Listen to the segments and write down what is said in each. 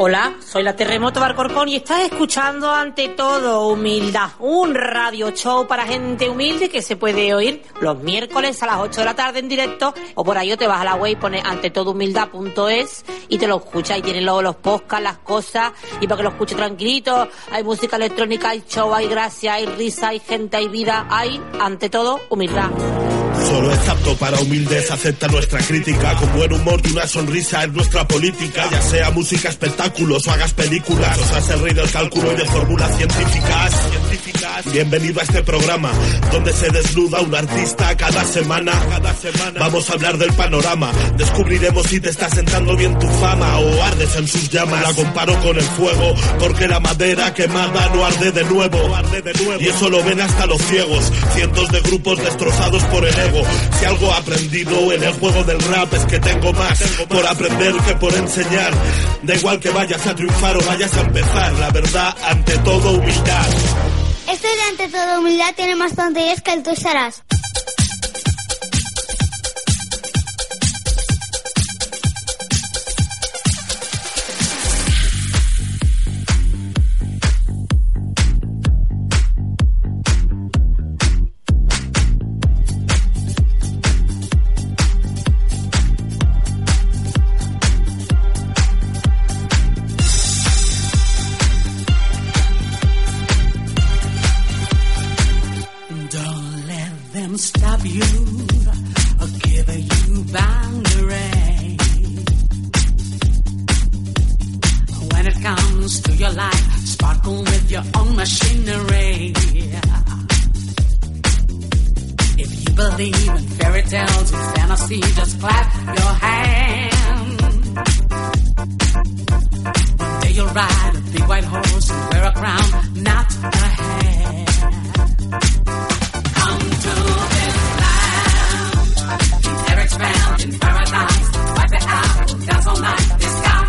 Hola, soy la Terremoto Barcorcón y estás escuchando ante todo Humildad, un radio show para gente humilde que se puede oír los miércoles a las 8 de la tarde en directo o por ahí o te vas a la web y pones ante todo humildad.es y te lo escuchas y tienes luego los podcasts, las cosas y para que lo escuches tranquilito, hay música electrónica, hay show, hay gracia, hay risa, hay gente, hay vida, hay ante todo humildad. Solo es apto para humildes, acepta nuestra crítica. Con buen humor y una sonrisa es nuestra política. Ya sea música, espectáculos o hagas películas. Os hace el rey del cálculo y de fórmulas científicas. científicas. Bienvenido a este programa, donde se desnuda un artista cada semana. Cada semana. Vamos a hablar del panorama. Descubriremos si te está sentando bien tu fama o ardes en sus llamas. La comparo con el fuego, porque la madera quemada no arde de nuevo. Y eso lo ven hasta los ciegos. Cientos de grupos destrozados por el ego. Si algo he aprendido en el juego del rap es que tengo más por aprender que por enseñar. Da igual que vayas a triunfar o vayas a empezar, la verdad ante todo humildad. Esto de ante todo humildad tiene más tonterías que el tú serás. Don't let them stop you or give you boundaries. When it comes to your life, sparkle with your own machinery. If you believe in fairy tales and fantasy, just clap your hands. One day you'll ride a big white horse and wear a crown, not a hat. Come to this land. Eric's round in paradise. Wipe it out, we'll dance all night. This guy.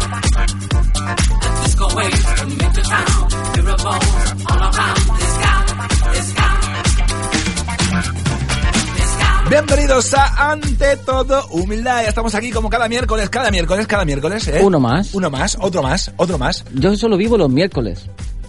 The disco waves from mid to town. We revolve all around. This guy. This guy. This guy. Bienvenidos a Ante Todo Humildad. Ya estamos aquí como cada miércoles, cada miércoles, cada miércoles. ¿eh? Uno más. Uno más, otro más, otro más. Yo solo vivo los miércoles.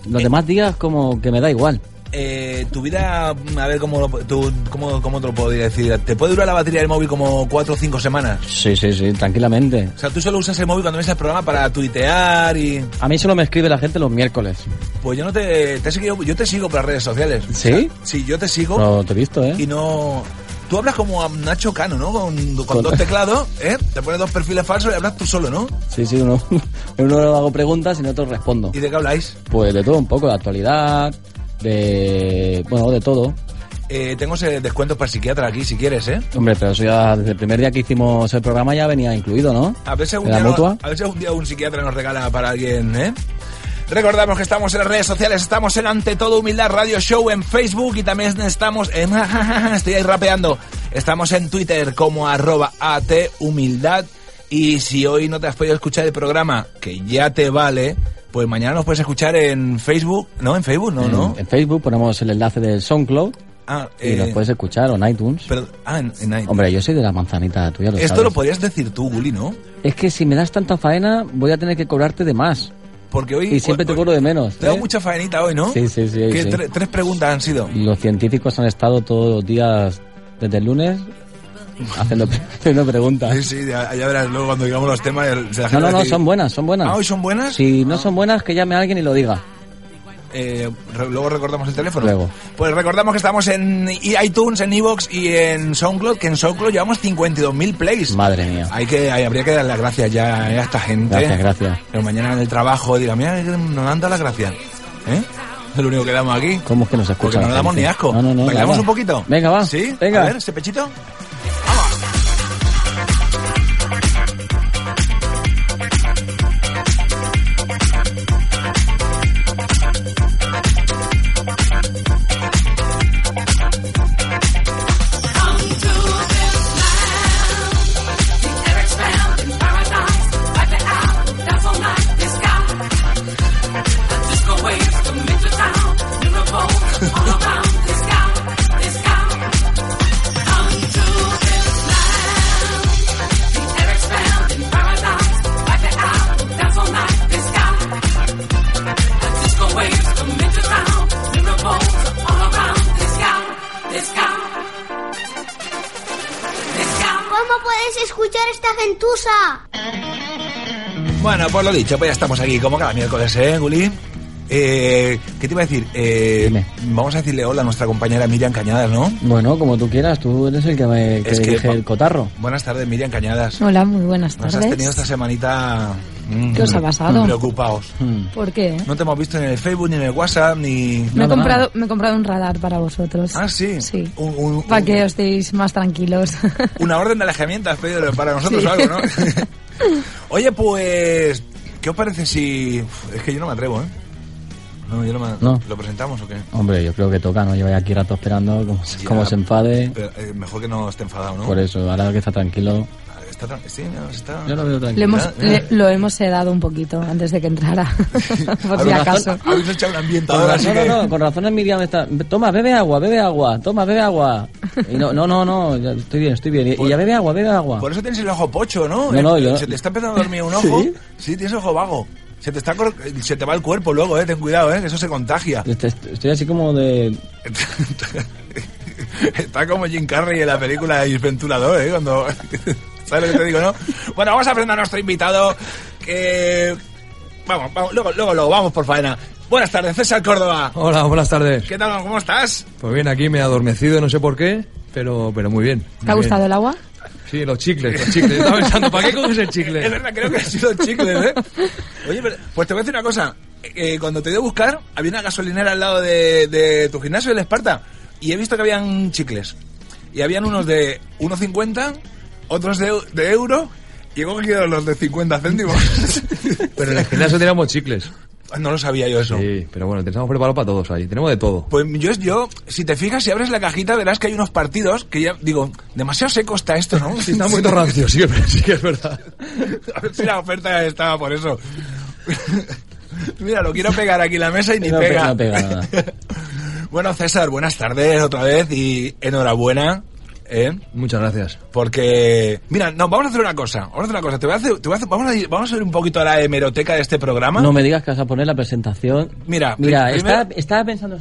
Los demás días como que me da igual. Eh, tu vida, a ver cómo, lo- tú- cómo, cómo te lo podría decir. ¿Te puede durar la batería del móvil como 4 o 5 semanas? Sí, sí, sí, tranquilamente. O sea, tú solo usas el móvil cuando ves el programa para tuitear y... A mí solo me escribe la gente los miércoles. Pues yo no te... te he seguido- yo te sigo por las redes sociales. ¿Sí? O sea, sí, yo te sigo No te he visto, ¿eh? y no... Tú hablas como a Nacho Cano, ¿no? Con, con Con- dos teclados, ¿eh? Te pones dos perfiles falsos y hablas tú solo, ¿no? Sí, sí, uno, en uno hago preguntas y en otro respondo. ¿Y de qué habláis? Pues de todo un poco, de actualidad, de... bueno, de todo. Eh, tengo ese descuento para psiquiatra aquí, si quieres, ¿eh? Hombre, pero eso ya desde el primer día que hicimos el programa ya venía incluido, ¿no? A ver si algún, ¿En la día, no- mutua? a ver si algún día un psiquiatra nos regala para alguien, ¿eh? Recordamos que estamos en las redes sociales, estamos en Ante Todo Humildad Radio Show en Facebook y también estamos en... Estoy ahí rapeando. Estamos en Twitter como arroba AT Humildad y si hoy no te has podido escuchar el programa, que ya te vale, pues mañana nos puedes escuchar en Facebook. No, en Facebook, no, En- no. En Facebook ponemos el enlace del SoundCloud Ah, y nos eh, puedes escuchar o en iTunes. pero- ah, en, en ahí. Hombre, yo soy de la manzanita, tú ya lo Esto sabes. ¿eh? lo podrías decir tú, Guli, ¿no? Es que si me das tanta faena, voy a tener que cobrarte de más. Porque hoy... Y siempre te hoy- cobro de menos. Te da ¿eh? mucha faenita hoy, ¿no? Sí, sí, sí, ¿Qué sí. tre- tres preguntas han sido. Los científicos han estado todos los días, desde el lunes, haciendo, haciendo Sí, preguntas. sí, ya, ya verás luego cuando digamos los temas. el- se la No, gente no, va a no, decir, son buenas, son buenas. Ah, ¿hoy son buenas? Si no son buenas, que llame a alguien y lo diga. eh, re- luego recordamos el teléfono. Luego. Pues recordamos que estamos en iTunes, en Evox y en SoundCloud, que en SoundCloud llevamos 52.000 plays. Madre mía. Hay que, hay- habría que dar las gracias ya eh, a esta gente. Gracias, gracias. Pero mañana en el trabajo diga, mira, nos han dado las gracias. ¿Eh? Es lo único que damos aquí. ¿Cómo es que nos escucha Porque la no le damos gente? ni asco. No, no, no, ¿Bailamos nada. un poquito? Venga, va. ¿Sí? Venga. A ver, ese pechito. Come to ¿Cómo puedes escuchar esta gentuza? Bueno, pues lo dicho, pues ya estamos aquí como cada miércoles, ¿eh, Guli? Eh, ¿Qué te iba a decir? Eh, Dime. vamos a decirle hola a nuestra compañera Miriam Cañadas, ¿no? Bueno, como tú quieras, tú eres el que me que Es que- dirige el cotarro. Buenas tardes, Miriam Cañadas. Hola, muy buenas Nos tardes. has tenido esta semanita... mm, ¿Qué os ha pasado? Preocupados. Hmm. ¿Por qué? No te hemos visto en el Facebook, ni en el WhatsApp, ni... Me, he Nada, comprado, nada. me he comprado un radar para vosotros. Ah, sí. Sí. Un- un- Para un- que estéis más tranquilos. Una orden de alejamiento has pedido para nosotros o algo, ¿no? Oye, pues... ¿Qué os parece si...? Uf, Es que yo no me atrevo, ¿eh? No, yo no me... No. ¿Lo presentamos o qué? Hombre, yo creo que toca, ¿no? Lleváis aquí rato esperando, como, se- Ya, como se enfade. Pero, eh, mejor que no esté enfadado, ¿no? Por eso, ahora que está tranquilo. Está tran- sí, no, está... Yo lo veo Le tranquilo. hemos, le- eh. lo hemos sedado un poquito antes de que entrara, por si Habéis- acaso. Habéis echado un Con ambientador, así razón, que... no, no, con razón es Miriam está... Toma, bebe agua, bebe agua, toma, bebe agua. Y no, no, no, no, ya estoy bien, estoy bien. Y, y ya bebe agua, bebe agua. Por eso tienes el ojo pocho, ¿no? No, no, Eh, yo- Se te está empezando a dormir un ojo. ¿Sí? tienes el ojo vago. Se te, está cor- se te va el cuerpo luego, ¿eh? Ten cuidado, ¿eh? Que eso se contagia. Este- este- Estoy así como de... Está como Jim Carrey en la película El Venturador, ¿eh? Cuando... ¿Sabes lo que te digo, no? Bueno, vamos a aprender a nuestro invitado que... Vamos, vamos, luego, luego, luego, vamos por faena. Buenas tardes, César Córdoba. Hola, buenas tardes. ¿Qué tal? ¿Cómo estás? Pues bien, aquí me he adormecido, no sé por qué, pero, pero muy bien. ¿Te ha Muy gustado bien. el agua? Sí, los chicles, los chicles. Yo estaba pensando, ¿para qué coges el chicle? Es verdad, creo que ha sido chicles, ¿eh? Oye, pero, pues te voy a decir una cosa. Eh, cuando te dio a buscar, había una gasolinera al lado de, de tu gimnasio, el Esparta, y he visto que habían chicles. Y habían unos de 1,50, otros de, eu- de euro, y he cogido los de 50 céntimos. Pero en el gimnasio teníamos chicles. no lo sabía yo eso. Sí, pero bueno, estamos preparados para todos ahí. Tenemos de todo. Pues yo, yo, si te fijas, si abres la cajita, verás que hay unos partidos que ya, digo, demasiado seco está esto, ¿no? Sí, está un poquito rancio, sí, que- sí que es verdad. A ver si la oferta estaba por eso. Mira, lo quiero pegar aquí en la mesa y ni No pe- pega. no pega nada. bueno, César, buenas tardes otra vez y enhorabuena. ¿eh? Muchas gracias. Porque, mira, no, vamos a hacer una cosa. Vamos a hacer una cosa. Te voy a hacer- te voy a hacer- vamos, a ir, vamos a ir un poquito a la hemeroteca de este programa. No me digas que vas a poner la presentación. Mira, mira, pri- estaba, primero- estaba pensando.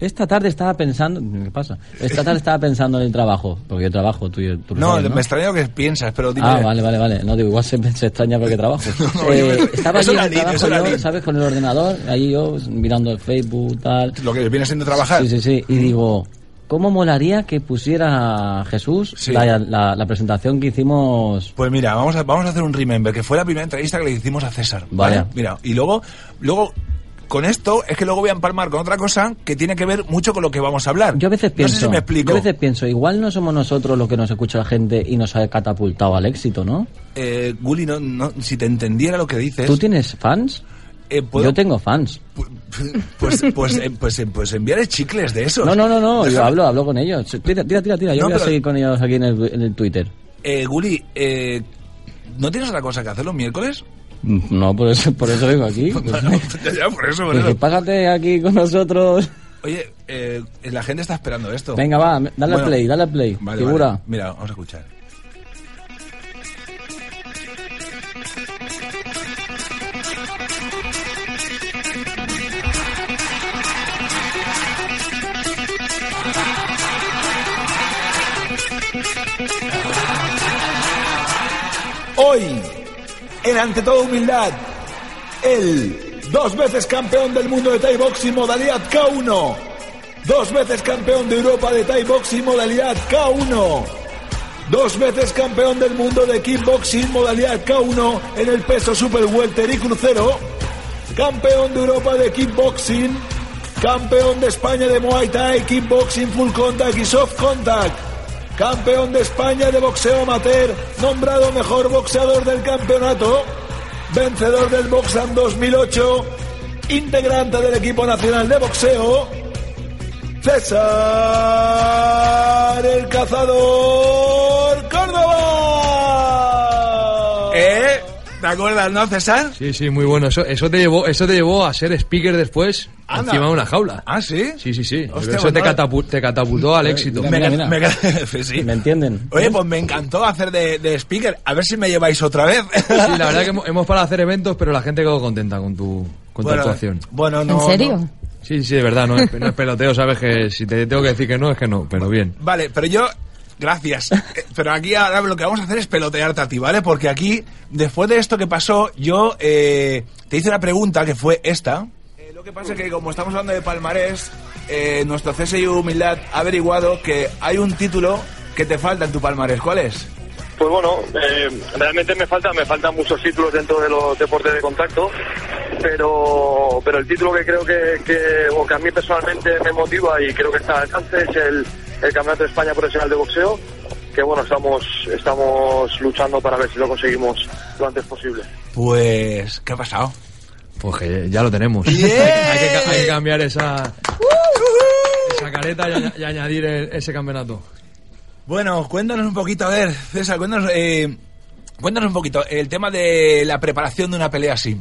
Esta tarde estaba pensando. ¿Qué pasa? Esta tarde estaba pensando en el trabajo. Porque yo trabajo, tú, y- tú lo No, sabes, me extraña lo que piensas, pero dime. Ah, vale, vale, vale. No, digo, igual se, se extraña porque trabajo. No, Eh, yo- estaba eso allí en era el Lin, eso era trabajo, yo, Lin. ¿sabes? Con el ordenador, ahí yo mirando el Facebook, tal. Lo que viene siendo trabajar. Sí, sí, sí. Y digo, ¿cómo molaría que pusiera a Jesús Sí. la, la- la presentación que hicimos? Pues mira, vamos a, vamos a hacer un remember, que fue la primera entrevista que le hicimos a César. ¿vale? Vaya. Mira, y luego, luego, con esto, es que luego voy a empalmar con otra cosa que tiene que ver mucho con lo que vamos a hablar. Yo a veces pienso, No sé si me explico. yo a veces pienso, igual no somos nosotros los que nos escucha la gente y nos ha catapultado al éxito, ¿no? Eh, Gulli, no, no, si te entendiera lo que dices... ¿Tú tienes fans? eh, ¿puedo- Yo tengo fans. pu- pu- Pues, pues, eh, pues, eh, pues enviaré chicles de esos. No, no, no, no. Yo Déjame- hablo, hablo con ellos. Tira, tira, tira. tira. Yo No, voy a pero- seguir con ellos aquí en el, en el Twitter. Eh, Gulli, eh, ¿no tienes otra cosa que hacer los miércoles? Mm, No, por eso, por eso vengo aquí. Pues, ya, ya, por eso, por pues, eso. pásate aquí con nosotros. Oye, eh, la gente está esperando esto. Venga, va, me- dale al Bueno, play, dale al play. Vale, Figura. vale. Mira, vamos a escuchar. Hoy, en Ante Todo Humildad, el dos veces campeón del mundo de Thai Boxing modalidad K1, dos veces campeón de Europa de Thai Boxing modalidad K1, dos veces campeón del mundo de Kickboxing modalidad K1 en el peso Super Welter y Crucero, campeón de Europa de Kickboxing, campeón de España de Muay Thai, Kickboxing Full Contact y Soft Contact. Campeón de España de boxeo amateur, nombrado mejor boxeador del campeonato, vencedor del Boxan 2008, integrante del equipo nacional de boxeo, César el Cazador Córdoba. ¿Eh? ¿Te acuerdas, no, César? Sí, sí, muy bueno. Eso, eso, te, llevó, eso te llevó a ser speaker después, Anda. encima de una jaula. ¿Ah, sí? Sí, sí, sí. Hostia, eso te, bueno. catapu- te catapultó al éxito. Me, Mira, me- mira. sí, sí. ¿Me entienden? Oye, pues me encantó hacer de, de speaker. A ver si me lleváis otra vez. Sí, la verdad que hemos, hemos parado a hacer eventos, pero la gente quedó contenta con tu, con bueno, tu actuación. Bueno, no. ¿En serio? no. Sí, sí, de verdad, no es, no es peloteo, sabes que si te tengo que decir que no, es que no, pero bien. Vale, pero yo Gracias. Eh, Pero aquí ahora lo que vamos a hacer es pelotearte a ti, ¿vale? Porque aquí, después de esto que pasó, yo eh, te hice una pregunta que fue esta. Eh, lo que pasa es que como estamos hablando de palmarés, eh, nuestro CSI Humildad ha averiguado que hay un título que te falta en tu palmarés. ¿Cuál es? Pues bueno, eh, realmente me falta, me faltan muchos títulos dentro de los deportes de contacto, pero, pero el título que creo que, que- o que a mí personalmente me motiva y creo que está al alcance es el, el Campeonato de España Profesional de Boxeo, que bueno, estamos, estamos luchando para ver si lo conseguimos lo antes posible. Pues, ¿qué ha pasado? Pues que ya lo tenemos. hay, que, ca- hay que cambiar esa, esa careta y, añ- y añadir el- ese campeonato. Bueno, cuéntanos un poquito, a ver, César, cuéntanos, eh, cuéntanos un poquito el tema de la preparación de una pelea así.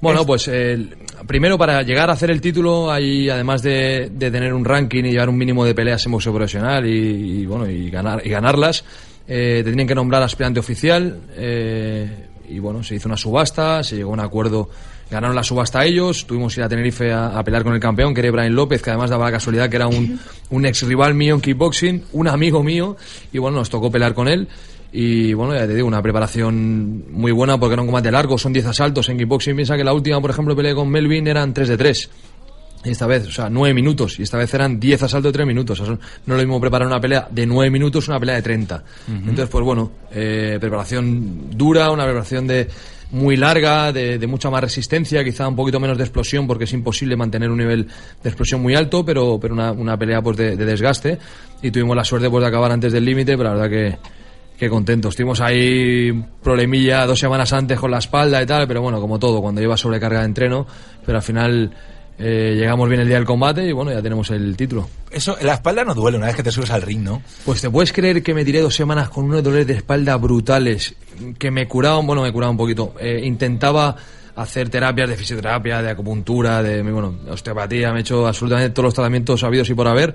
Bueno, pues el- primero para llegar a hacer el título hay además de, de tener un ranking y llevar un mínimo de peleas en boxeo profesional y, y, bueno y ganar y ganarlas eh, te tienen que nombrar aspirante oficial eh, y bueno se hizo una subasta se llegó a un acuerdo ganaron la subasta ellos tuvimos que ir a Tenerife a, a pelear con el campeón que era Brian López que además daba la casualidad que era un, un ex rival mío en kickboxing un amigo mío y bueno nos tocó pelear con él y bueno, ya te digo, una preparación muy buena porque era un combate largo, son 10 asaltos en kickboxing. Piensa que la última, por ejemplo, peleé con Melvin eran 3 de 3. Y esta vez, o sea, 9 minutos. Y esta vez eran 10 asaltos de 3 minutos. O sea, son- no es lo mismo preparar una pelea de 9 minutos una pelea de 30. Entonces, pues bueno, eh, preparación dura, una preparación de muy larga, de, de mucha más resistencia, quizá un poquito menos de explosión porque es imposible mantener un nivel de explosión muy alto, pero, pero una, una pelea pues de, de desgaste. Y tuvimos la suerte pues, de acabar antes del límite, pero la verdad que... Qué contentos. Tuvimos ahí un problemilla dos semanas antes con la espalda y tal, pero bueno, como todo, cuando lleva sobrecarga de entreno, pero al final eh, llegamos bien el día del combate y bueno, ya tenemos el título. Eso, la espalda no duele una vez que te subes al ring, ¿no? Pues te puedes creer que me tiré dos semanas con unos dolores de espalda brutales, que me curaban, bueno, me curaba un poquito. Eh, intentaba hacer terapias de fisioterapia, de acupuntura, de bueno, osteopatía, me he hecho absolutamente todos los tratamientos sabidos y por haber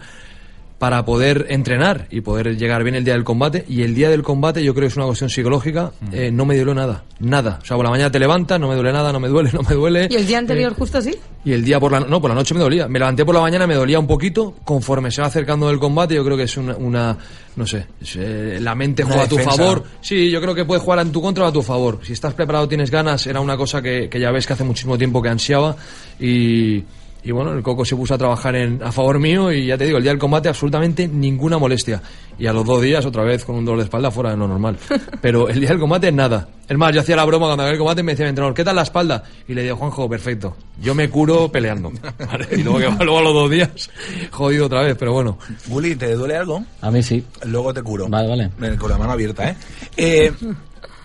para poder entrenar y poder llegar bien el día del combate. Y el día del combate yo creo que es una cuestión psicológica, eh, no me duele nada, nada. O sea, por la mañana te levantas, no me duele nada, no me duele, no me duele. ¿Y el día anterior Eh, justo sí? y el día por la no, por la noche me dolía. Me levanté por la mañana, me dolía un poquito. Conforme se va acercando del combate, yo creo que es una, una- no sé, es, eh, la mente Una juega a defensa. tu favor. Sí, yo creo que puede jugar en tu contra o a tu favor. Si estás preparado, tienes ganas, era una cosa que, que ya ves que hace muchísimo tiempo que ansiaba y y bueno, el Coco se puso a trabajar en, a favor mío y ya te digo, el día del combate absolutamente ninguna molestia. Y a los dos días otra vez con un dolor de espalda fuera de lo normal. Pero el día del combate nada. Es más, yo hacía la broma cuando acabé el combate y me decía mi entrenador, ¿qué tal la espalda? Y le digo, Juanjo, perfecto. Yo me curo peleando. ¿Vale? Y luego, que va, luego a los dos días, jodido otra vez, pero bueno. Guli, ¿te duele algo? A mí sí. Luego te curo. Vale, vale. Eh, Con la mano abierta, ¿eh? Eh,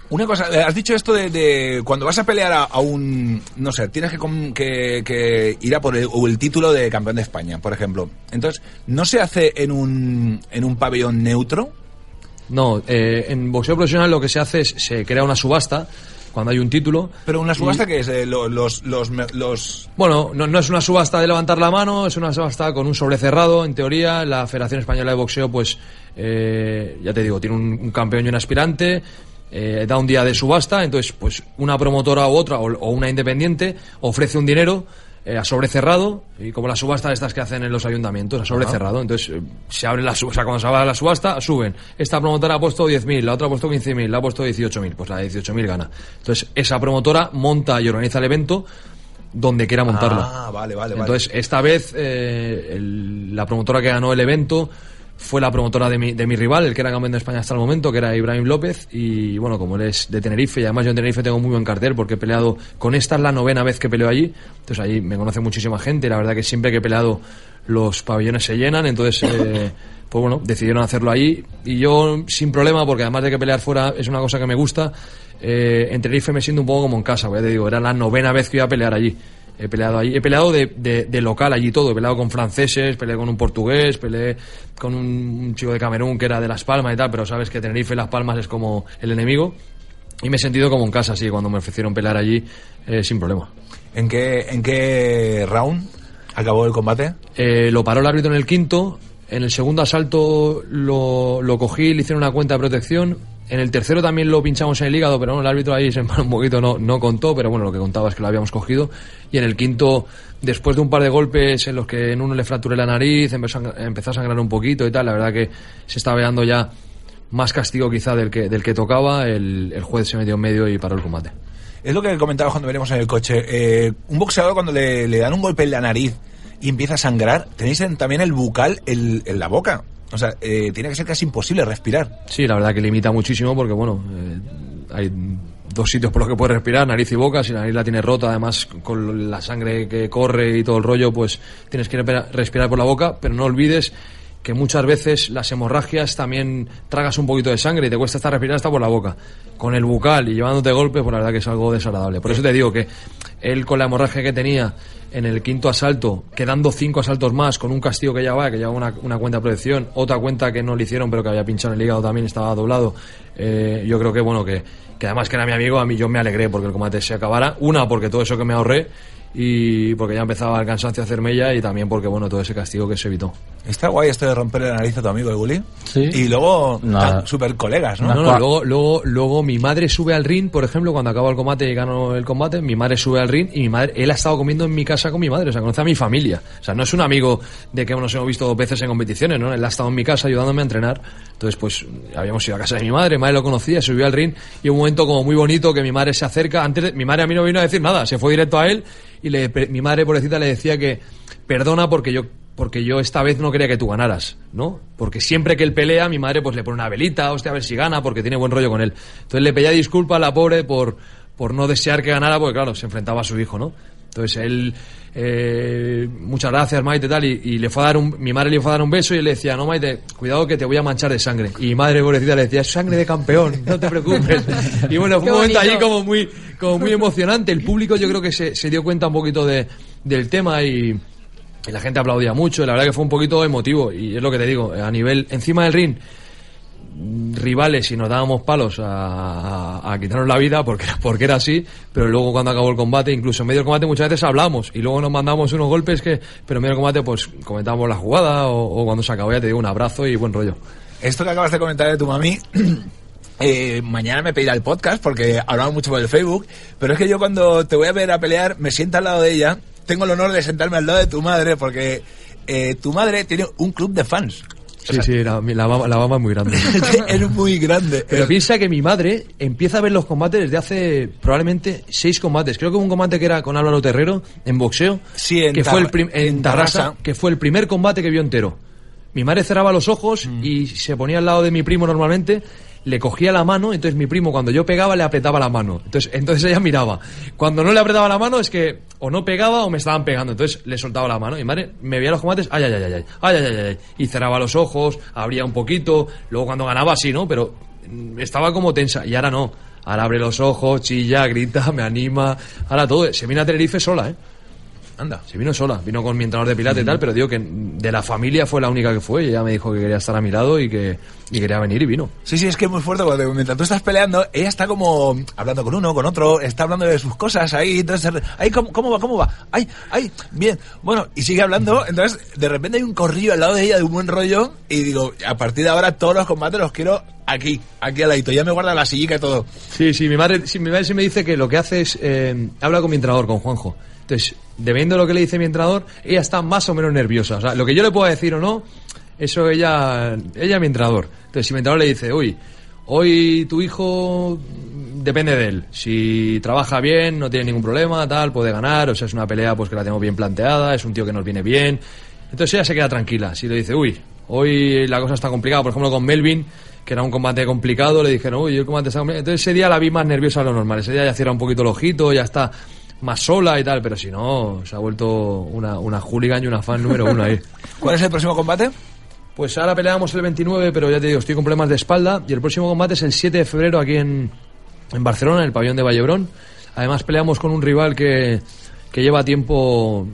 Una cosa, eh, has dicho esto de, de cuando vas a pelear a, a un, no sé, tienes que, com- que- que ir a por el, o el título de campeón de España, por ejemplo. Entonces, ¿no se hace en un, en un pabellón neutro? No, eh, en boxeo profesional lo que se hace es se crea una subasta cuando hay un título. Pero una subasta Y- que es eh, lo- los, los, me- los- Bueno, no, no es una subasta de levantar la mano, es una subasta con un sobre cerrado, en teoría. La Federación Española de Boxeo, pues, eh, ya te digo, tiene un, un campeón y un aspirante, eh, da un día de subasta, entonces, pues, una promotora u otra, o, o una independiente, ofrece un dinero eh, a sobre cerrado, y como la subasta de estas que hacen en los ayuntamientos, a sobre cerrado. Entonces, eh, se abre la subasta, cuando se abre la subasta, suben. Esta promotora ha puesto 10.000, la otra ha puesto 15.000, la ha puesto 18.000, pues la de 18.000 gana. Entonces, esa promotora monta y organiza el evento donde quiera montarlo. Ah, vale, vale, vale. Entonces, esta vez eh, el- la promotora que ganó el evento fue la promotora de mi, de mi rival, el que era campeón de España hasta el momento, que era Ibrahim López. Y bueno, como él es de Tenerife, y además yo en Tenerife tengo muy buen cartel porque he peleado con esta, es la novena vez que peleo allí. Entonces, ahí me conoce muchísima gente. y La verdad que siempre que he peleado, los pabellones se llenan. Entonces, eh, pues bueno, decidieron hacerlo allí. Y yo, sin problema, porque además de que pelear fuera es una cosa que me gusta, eh, en Tenerife me siento un poco como en casa, pues, ya te digo, era la novena vez que iba a pelear allí. He peleado allí, he peleado de, de- de local allí todo, he peleado con franceses, peleé con un portugués, peleé con un, un chico de Camerún que era de Las Palmas y tal, pero sabes que Tenerife y Las Palmas es como el enemigo. Y me he sentido como en casa, así, cuando me ofrecieron pelear allí, eh, sin problema. ¿En qué, ¿En qué round acabó el combate? Eh, lo paró el árbitro en el quinto. En el segundo asalto lo, lo cogí, le hicieron una cuenta de protección. En el tercero también lo pinchamos en el hígado, pero bueno, el árbitro ahí se empanó un poquito, no, no contó, pero bueno, lo que contaba es que lo habíamos cogido. Y en el quinto, después de un par de golpes en los que en uno le fracturé la nariz, empezó a, engra- empezó a sangrar un poquito y tal, la verdad que se estaba dando ya más castigo quizá del que, del que tocaba, el, el juez se metió en medio y paró el combate. Es lo que comentaba cuando veremos en el coche. Eh, un boxeador cuando le, le dan un golpe en la nariz y empieza a sangrar, tenéis en- también el bucal en, en la boca. O sea, eh, tiene que ser casi imposible respirar. Sí, la verdad que limita muchísimo porque, bueno, eh, hay dos sitios por los que puedes respirar, nariz y boca. Si la nariz la tienes rota, además con la sangre que corre y todo el rollo, pues tienes que repera- respirar por la boca. Pero no olvides que muchas veces las hemorragias también tragas un poquito de sangre y te cuesta estar respirar hasta por la boca. Con el bucal y llevándote golpes, pues la verdad que es algo desagradable. Por eso te digo que él con la hemorragia que tenía en el quinto asalto, quedando cinco asaltos más con un castigo que ya va, que lleva una, una cuenta de protección, otra cuenta que no le hicieron pero que había pinchado en el hígado también, estaba doblado. Eh, yo creo que, bueno, que, que además que era mi amigo, a mí yo me alegré porque el combate se acabara. Una, porque todo eso que me ahorré y porque ya empezaba el cansancio a hacerme ya y también porque, bueno, todo ese castigo que se evitó. Está guay esto de romperle la nariz a tu amigo, el Guli. Sí. Y luego, Nada. tan super colegas, ¿no? No, no, luego, luego, luego mi madre sube al ring, por ejemplo, cuando acaba el combate y gano el combate, mi madre sube al ring y mi madre, él ha estado comiendo en mi casa con mi madre, o sea, conoce a mi familia. O sea, no es un amigo de que nos hemos visto dos veces en competiciones, ¿no? Él ha estado en mi casa ayudándome a entrenar. Entonces, pues, habíamos ido a casa de mi madre, mi madre lo conocía, subió al ring y un momento como muy bonito que mi madre se acerca, antes de- mi madre a mí no vino a decir nada, se fue directo a él y le, pe- mi madre, pobrecita, le decía que perdona porque yo porque yo esta vez no quería que tú ganaras, ¿no? Porque siempre que él pelea, mi madre pues le pone una velita, hostia, a ver si gana, porque tiene buen rollo con él. Entonces le pedía disculpas a la pobre por, por no desear que ganara, porque claro, se enfrentaba a su hijo, ¿no? Entonces él, eh, muchas gracias Maite, tal, y, y le fue a dar un, mi madre le fue a dar un beso y él le decía, no Maite, cuidado que te voy a manchar de sangre. Y mi madre pobrecita le decía, es sangre de campeón, no te preocupes. Y bueno, fue Qué un momento allí bonito. como muy, como muy emocionante. El público yo creo que se, se dio cuenta un poquito de, del tema y, y la gente aplaudía mucho. y La verdad que fue un poquito emotivo. Y es lo que te digo, eh, a nivel encima del ring, mm, rivales y nos dábamos palos a, a- a quitarnos la vida porque, era- porque era así. Pero luego cuando acabó el combate, incluso en medio del combate muchas veces hablamos y luego nos mandamos unos golpes que, pero en medio del combate pues comentábamos la jugada o, o cuando se acabó ya te digo un abrazo y buen rollo. Esto que acabas de comentar de tu mami, eh, mañana me pedirá el podcast porque hablamos mucho por el Facebook, pero es que yo cuando te voy a ver a pelear, me siento al lado de ella, tengo el honor de sentarme al lado de tu madre porque eh, tu madre tiene un club de fans. Sí, sí, la, la, mama- la mama es muy grande. es muy grande. Pero piensa que mi madre empieza a ver los combates desde hace probablemente seis combates. Creo que hubo un combate que era con Álvaro Terrero en boxeo. Sí, en que Tarra- fue el prim- en en Tarrasa, Tarrasa. que fue el primer combate que vio entero. Mi madre cerraba los ojos Mm. y se ponía al lado de mi primo normalmente, le cogía la mano, entonces mi primo cuando yo pegaba le apretaba la mano. Entonces, entonces ella miraba. Cuando no le apretaba la mano es que o no pegaba o me estaban pegando, entonces le soltaba la mano. Y mi madre me veía los combates, ay, ay, ay, ay, ay, ay, ay, ay, ay. Y cerraba los ojos, abría un poquito, luego cuando ganaba sí, ¿no? Pero mm, estaba como tensa y ahora no. Ahora abre los ojos, chilla, grita, me anima. Ahora todo. Se viene a Tenerife sola, ¿eh? Anda. Se vino sola, vino con mi entrenador de pilates y tal, pero digo que de la familia fue la única que fue. Y ella me dijo que quería estar a mi lado y que y quería venir y vino. Sí, sí, es que es muy fuerte cuando mientras tú estás peleando, ella está como hablando con uno, con otro, está hablando de sus cosas ahí, entonces, ay, ¿cómo, cómo va? ¿Cómo va? Ay, ay, bien, bueno, y sigue hablando, entonces de repente hay un corrillo al lado de ella de un buen rollo y digo, a partir de ahora todos los combates los quiero aquí, aquí al ladito, ya me guarda la sillica y todo. Sí, sí, mi madre, sí, mi madre sí me dice que lo que hace es. eh, habla con mi entrenador, con Juanjo. Entonces, dependiendo de lo que le dice mi entrenador, ella está más o menos nerviosa. O sea, lo que yo le pueda decir o no, eso ella. Ella es mi entrenador. Entonces, si mi entrenador le dice, uy, hoy tu hijo. mm, Depende de él. Si trabaja bien, no tiene ningún problema, tal, puede ganar. O sea, es una pelea pues que la tengo bien planteada, es un tío que nos viene bien. Entonces ella se queda tranquila. Si le dice, uy, hoy la cosa está complicada, por ejemplo, con Melvin, que era un combate complicado, le dijeron, uy, el combate está complicado. Entonces ese día la vi más nerviosa de lo normal. Ese día ya cierra un poquito el ojito, ya está más sola y tal, pero si no, se ha vuelto una, una hooligan y una fan número uno ahí. ¿Cuál es el próximo combate? Pues ahora peleamos el 29, pero ya te digo, estoy con problemas de espalda. Y el próximo combate es el 7 de febrero aquí en, en Barcelona, en el pabellón de Vallebrón. Además, peleamos con un rival que, que lleva tiempo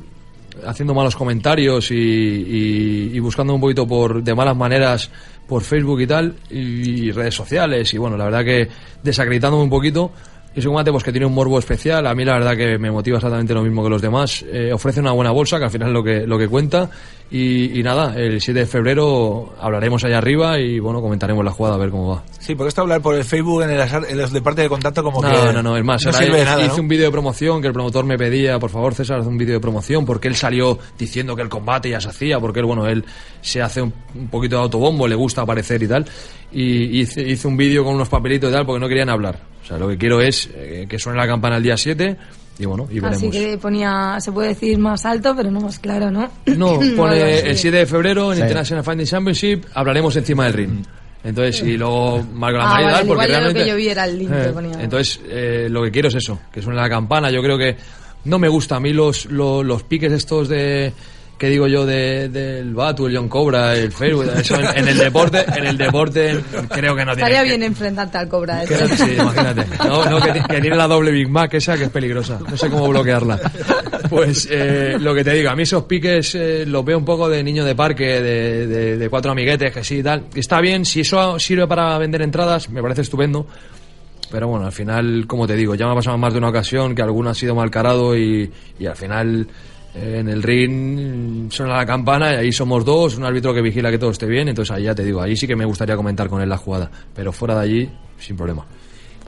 haciendo malos comentarios y, y- y buscando un poquito por de malas maneras por Facebook y tal, y, redes sociales. Y bueno, la verdad que desacreditándome un poquito. Y es un combate pues, que tiene un morbo especial. A mí la verdad que me motiva exactamente lo mismo que los demás. Eh, ofrece una buena bolsa, que al final es lo que, lo que cuenta. Y, y nada, el 7 de febrero hablaremos allá arriba y bueno, comentaremos la jugada a ver cómo va. Sí, porque esto hablar por el Facebook en, el, azar- en los de parte de contacto como que... no, No, no, es más. No ahora sirve de hice nada, ¿no? un vídeo de promoción que el promotor me pedía, por favor, César, haz un vídeo de promoción, porque él salió diciendo que el combate ya se hacía, porque él, bueno, él se hace un, un poquito de autobombo, le gusta aparecer y tal. Y hice, hice un vídeo con unos papelitos y tal, porque no querían hablar. O sea, lo que quiero es eh, que suene la campana el día 7 y bueno, y veremos. Así que ponía, se puede decir más alto, pero no más claro, ¿no? No, lo pone sé. el 7 de febrero en Sí. International Fighting Championship, hablaremos encima del ring. Entonces, y luego marco la Ah, manera y vale, tal, porque igual era lo que realmente... yo vi era el link que ponía. Entonces, eh, lo que quiero es eso, que suene la campana. Yo creo que no me gusta a mí los, los, los piques estos de... ¿Qué digo yo de- del Batu, el John Cobra, el Fairwood? Eso en, en el deporte, en el deporte creo que no tiene... Estaría bien enfrentarte al Cobra. que- ese. sí, imagínate. No, no, que, ti- que tiene la doble Big Mac esa que es peligrosa. No sé cómo bloquearla. Pues eh, lo que te digo, a mí esos piques eh, los veo un poco de niño de parque, de, de- de cuatro amiguetes, que sí y tal. Está bien, si eso sirve para vender entradas, me parece estupendo. Pero bueno, al final, como te digo, ya me ha pasado más de una ocasión que alguno ha sido mal carado y, y al final eh, en el ring suena la campana y ahí somos dos, un árbitro que vigila que todo esté bien. Entonces ahí ya te digo, ahí sí que me gustaría comentar con él la jugada. Pero fuera de allí, sin problema.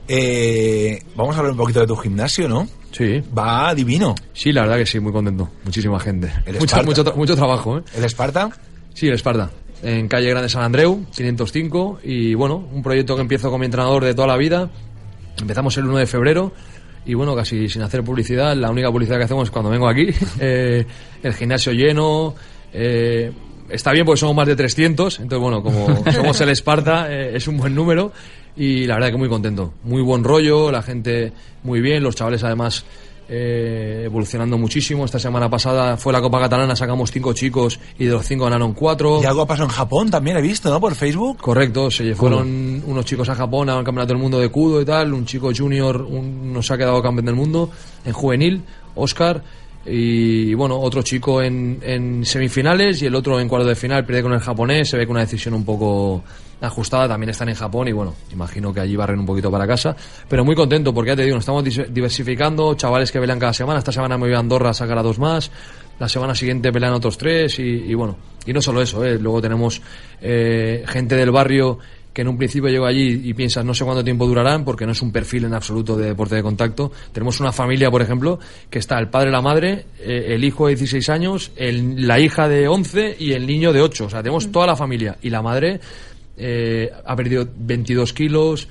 Eh, vamos a hablar un poquito de tu gimnasio, ¿no? Sí. Va divino. Sí, la verdad que sí, muy contento. Muchísima gente. El Mucho, Esparta. mucho, tra- mucho trabajo, ¿eh? ¿El Esparta? Sí, el Esparta. En calle Grande San Andreu, 505. Y bueno, un proyecto que empiezo con mi entrenador de toda la vida. Empezamos el 1 de febrero. Y bueno, casi sin hacer publicidad. La única publicidad que hacemos es cuando vengo aquí. Eh, el gimnasio lleno. eh, está bien porque somos más de 300. Entonces, bueno, como somos el Esparta, eh, es un buen número. Y la verdad que muy contento. Muy buen rollo, la gente muy bien. Los chavales, además, eh, evolucionando muchísimo. Esta semana pasada fue la Copa Catalana, sacamos cinco chicos y de los cinco ganaron Oh. cuatro. Y algo pasó en Japón también, he visto, ¿no? Por Facebook. Correcto, se fueron unos chicos a Japón al Campeonato del Mundo de Kudo y tal, un chico junior un- nos ha quedado campeón del mundo en juvenil, Oscar, y, bueno, otro chico en, en semifinales y el otro en cuarto de final, pierde con el japonés, se ve que una decisión un poco ajustada, también están en Japón y bueno, imagino que allí barren un poquito para casa, pero muy contento porque ya te digo, nos estamos dis- diversificando, chavales que pelean cada semana, esta semana me voy a Andorra a sacar a dos más, la semana siguiente pelean otros tres y, y bueno, y no solo eso, ¿eh? luego tenemos eh, gente del barrio que en un principio llega allí y piensas no sé cuánto tiempo durarán porque no es un perfil en absoluto de deporte de contacto. Tenemos una familia, por ejemplo, que está el padre, la madre, eh, el hijo de 16 años, el- la hija de 11 y el niño de 8. O sea, tenemos toda la familia y la madre eh, ha perdido 22 kilos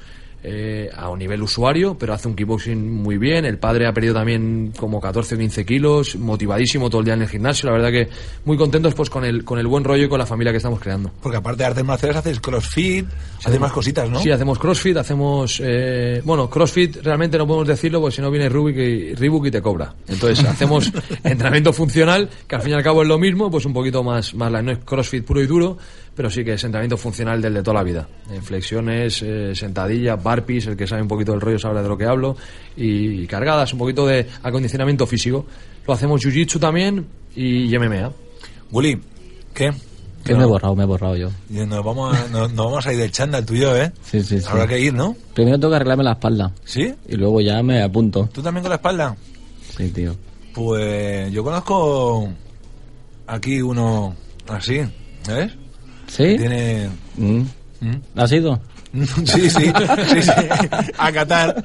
eh, a un nivel usuario, pero hace un kickboxing muy bien. El padre ha perdido también como 14 o 15 kilos, motivadísimo todo el día en el gimnasio. La verdad que muy contentos pues con el, con el buen rollo y con la familia que estamos creando. Porque aparte de artes marciales haces crossfit, haces más cositas, ¿no? Sí, hacemos CrossFit, hacemos... eh, bueno, CrossFit realmente no podemos decirlo porque si no viene Rubik y, Reebok y te cobra. Entonces hacemos entrenamiento funcional, que al fin y al cabo es lo mismo, pues un poquito más, más la, no es CrossFit puro y duro, pero sí que es entrenamiento funcional del de toda la vida. En flexiones, eh, sentadillas, barpees, el que sabe un poquito del rollo sabrá de lo que hablo, y, y cargadas, un poquito de acondicionamiento físico. Lo hacemos Jiu-Jitsu también y MMA. Willy, ¿qué? Que me he borrado, me he borrado yo. Y Nos vamos a, nos, nos vamos a ir del chándal tuyo, ¿eh? Sí, sí, sí. Habrá que ir, ¿no? Primero tengo que arreglarme la espalda. ¿Sí? Y luego ya me apunto. ¿Tú también con la espalda? Sí, tío. Pues yo conozco aquí uno así, ¿sabes? ¿Sí? Tiene... Mm. ¿Mm? ¿Has ido? Sí, sí, sí, sí. A Qatar.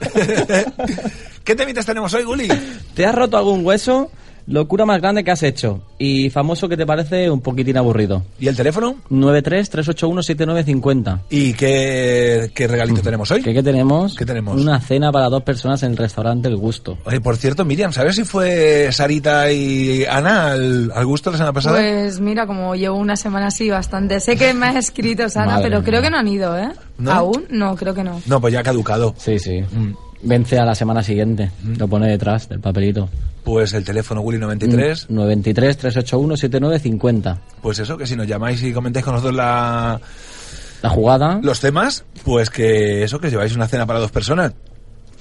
¿Qué temitas tenemos hoy, Guli? ¿Te has roto algún hueso? Locura más grande que has hecho. Y famoso que te parece un poquitín aburrido. ¿Y el teléfono? 933817950. ¿Y qué, qué regalito tenemos hoy? ¿Qué, ¿Qué tenemos? ¿Qué tenemos? Una cena para dos personas en el restaurante El Gusto. Oye, por cierto, Miriam, ¿sabes si fue Sarita y Ana al, al gusto la semana pasada? Pues mira, como llevo una semana así bastante. Sé que me has escrito, Sana, Madre pero mía. creo que no han ido, ¿eh? ¿No? ¿Aún? No, creo que no. No, pues ya ha caducado. Sí, sí. Vence a la semana siguiente. Lo pone detrás del papelito. Pues el teléfono Willy 93. Mm. 933817950. Pues eso, que si nos llamáis y comentáis con nosotros la, La jugada. los temas, pues que eso, que os lleváis una cena para dos personas.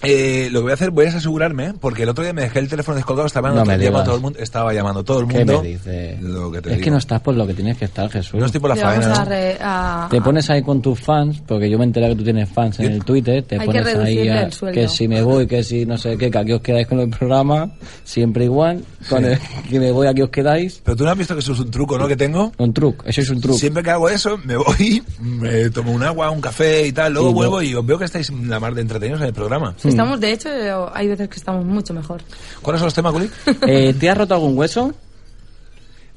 Eh, lo que voy a hacer, voy a asegurarme, porque el otro día me dejé el teléfono descolgado, estaba, No me llamando digas. todo el mundo, estaba llamando todo el ¿Qué mundo. me dices? Lo que te es digo. que no estás por lo que tienes que estar, Jesús. No estoy por la Le faena. vamos ¿no? a re- a- Te pones ahí con tus fans, porque yo me he enterado que tú tienes fans en el Twitter, te Hay que pones ahí reducirle a- el sueldo. que si me voy, que si no sé qué, que aquí os quedáis con el programa, siempre igual, con el que me voy, aquí os quedáis. Pero tú no has visto que eso es un truco, ¿no? Que tengo. Un truco, eso es un truco. Siempre que hago eso, me voy, me tomo un agua, un café y tal, luego Sí, vuelvo no. y os veo que estáis la mar de entretenidos en el programa. Si Estamos, de hecho, hay veces que estamos mucho mejor. ¿Cuáles son los temas, Gulick? Eh, ¿Te has roto algún hueso?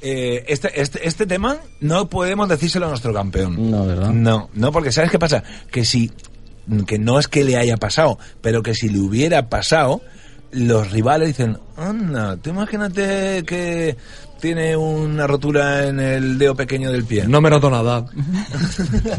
Eh, este, este, este tema no podemos decírselo a nuestro campeón. No, ¿verdad? No, no, porque ¿sabes qué pasa? Que si, que no es que le haya pasado, pero que si le hubiera pasado, los rivales dicen, anda, tú imagínate que tiene una rotura en el dedo pequeño del pie. No me he roto nada.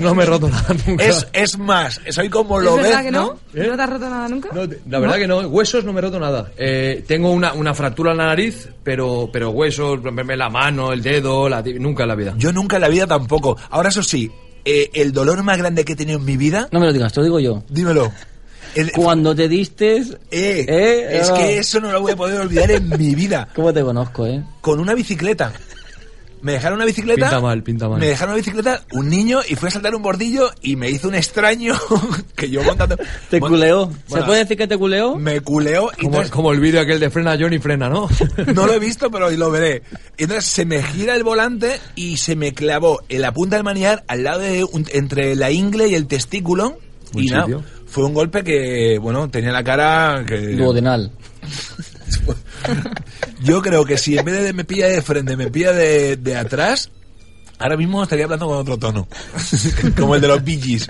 No me he roto nada nunca. Es, es más, soy como ¿Es lo verdad ves, que ¿no? ¿Eh? no? ¿No te has roto nada nunca? La verdad que no, huesos no me he roto nada. Eh, tengo una, una fractura en la nariz, pero, pero huesos, romperme la mano, el dedo, la tib- nunca en la vida. Yo nunca en la vida tampoco. Ahora, eso sí, eh, el dolor más grande que he tenido en mi vida, No me lo digas, te lo digo yo. dímelo. El- Cuando te diste... eh, Eh, es ah. que eso no lo voy a poder olvidar en mi vida. ¿Cómo te conozco, eh? Con una bicicleta. Me dejaron una bicicleta. Pinta mal, pinta mal. Me dejaron una bicicleta, un niño, y fue a saltar un bordillo y me hizo un extraño que yo montando. Te Bueno, culeó. ¿Se bueno, puede decir que te culeó? Me culeó y Como, entonces- como el vídeo aquel de frena Johnny frena, ¿no? No lo he visto, pero hoy lo veré. Entonces se me gira el volante y se me clavó en la punta del manillar al lado de un- entre la ingle y el testículo. Buen y nada, sitio. fue un golpe que, bueno, tenía la cara que... Duodenal. Yo creo que si en vez de me pilla de frente, me pilla de, de atrás, ahora mismo estaría hablando con otro tono. Como el de los Bee Gees.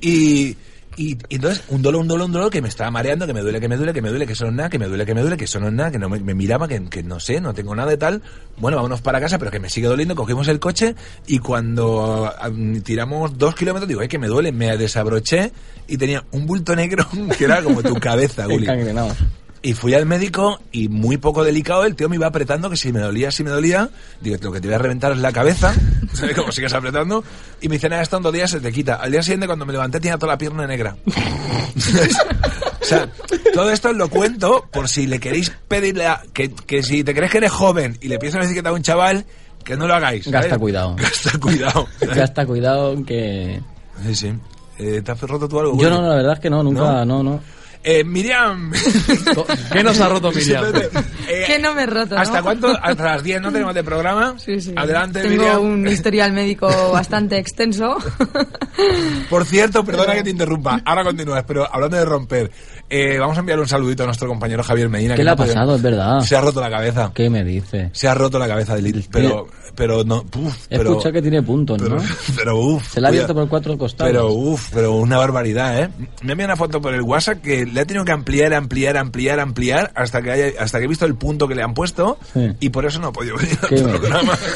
Y, y, y entonces, un dolor, un dolor, un dolor que me estaba mareando, que me duele, que me duele, que me duele, que eso no es nada, que me duele, que me duele, que eso no es nada, que no me, me miraba, que, que no sé, no tengo nada de tal. Bueno, vámonos para casa, pero que me sigue doliendo. Cogimos el coche y cuando ah, mm, tiramos dos kilómetros, digo, ay, que me duele, me desabroché y tenía un bulto negro que era como tu cabeza, Guli. Encangrenado. Y fui al médico y muy poco delicado, el tío me iba apretando, que si me dolía, si me dolía, digo, lo que te voy a reventar es la cabeza, ¿sabes cómo sigues apretando? Y me dice, nada, esto en dos días se te quita. Al día siguiente cuando me levanté tenía toda la pierna negra. o sea, todo esto lo cuento por si le queréis pedir la- que, que si te crees que eres joven y le piensas decir que te da un chaval, que no lo hagáis. ¿sabes? Gasta cuidado. Gasta cuidado. Ya está, cuidado que... sí, sí. Eh, ¿Te has roto tú algo? Yo Willy? no, la verdad es que no, nunca, no, no. Eh, Miriam. ¿Qué nos ha roto Miriam? Eh, Que no me he roto, ¿no? ¿Hasta cuánto? Hasta las 10 no tenemos de programa. Sí, sí. Adelante, Tengo Miriam. un historial médico bastante extenso. Por cierto, perdona que te interrumpa. Ahora continúas, pero hablando de romper, eh, vamos a enviar un saludito a nuestro compañero Javier Medina. ¿Qué que le no ha pasado? podido- Es verdad. Se ha roto la cabeza. ¿Qué me dice? Se ha roto la cabeza de Lilith, pero, pero no, uf, He pero, escuchado que tiene puntos, pero, ¿no? pero uf. Se la ha abierto cuida- por cuatro costados. Pero uff, pero una barbaridad, ¿eh? Me envía una foto por el WhatsApp que le he tenido que ampliar, ampliar, ampliar, ampliar hasta que haya, hasta que he visto el punto que le han puesto Sí. y por eso no he podido venir al Qué bueno. programa.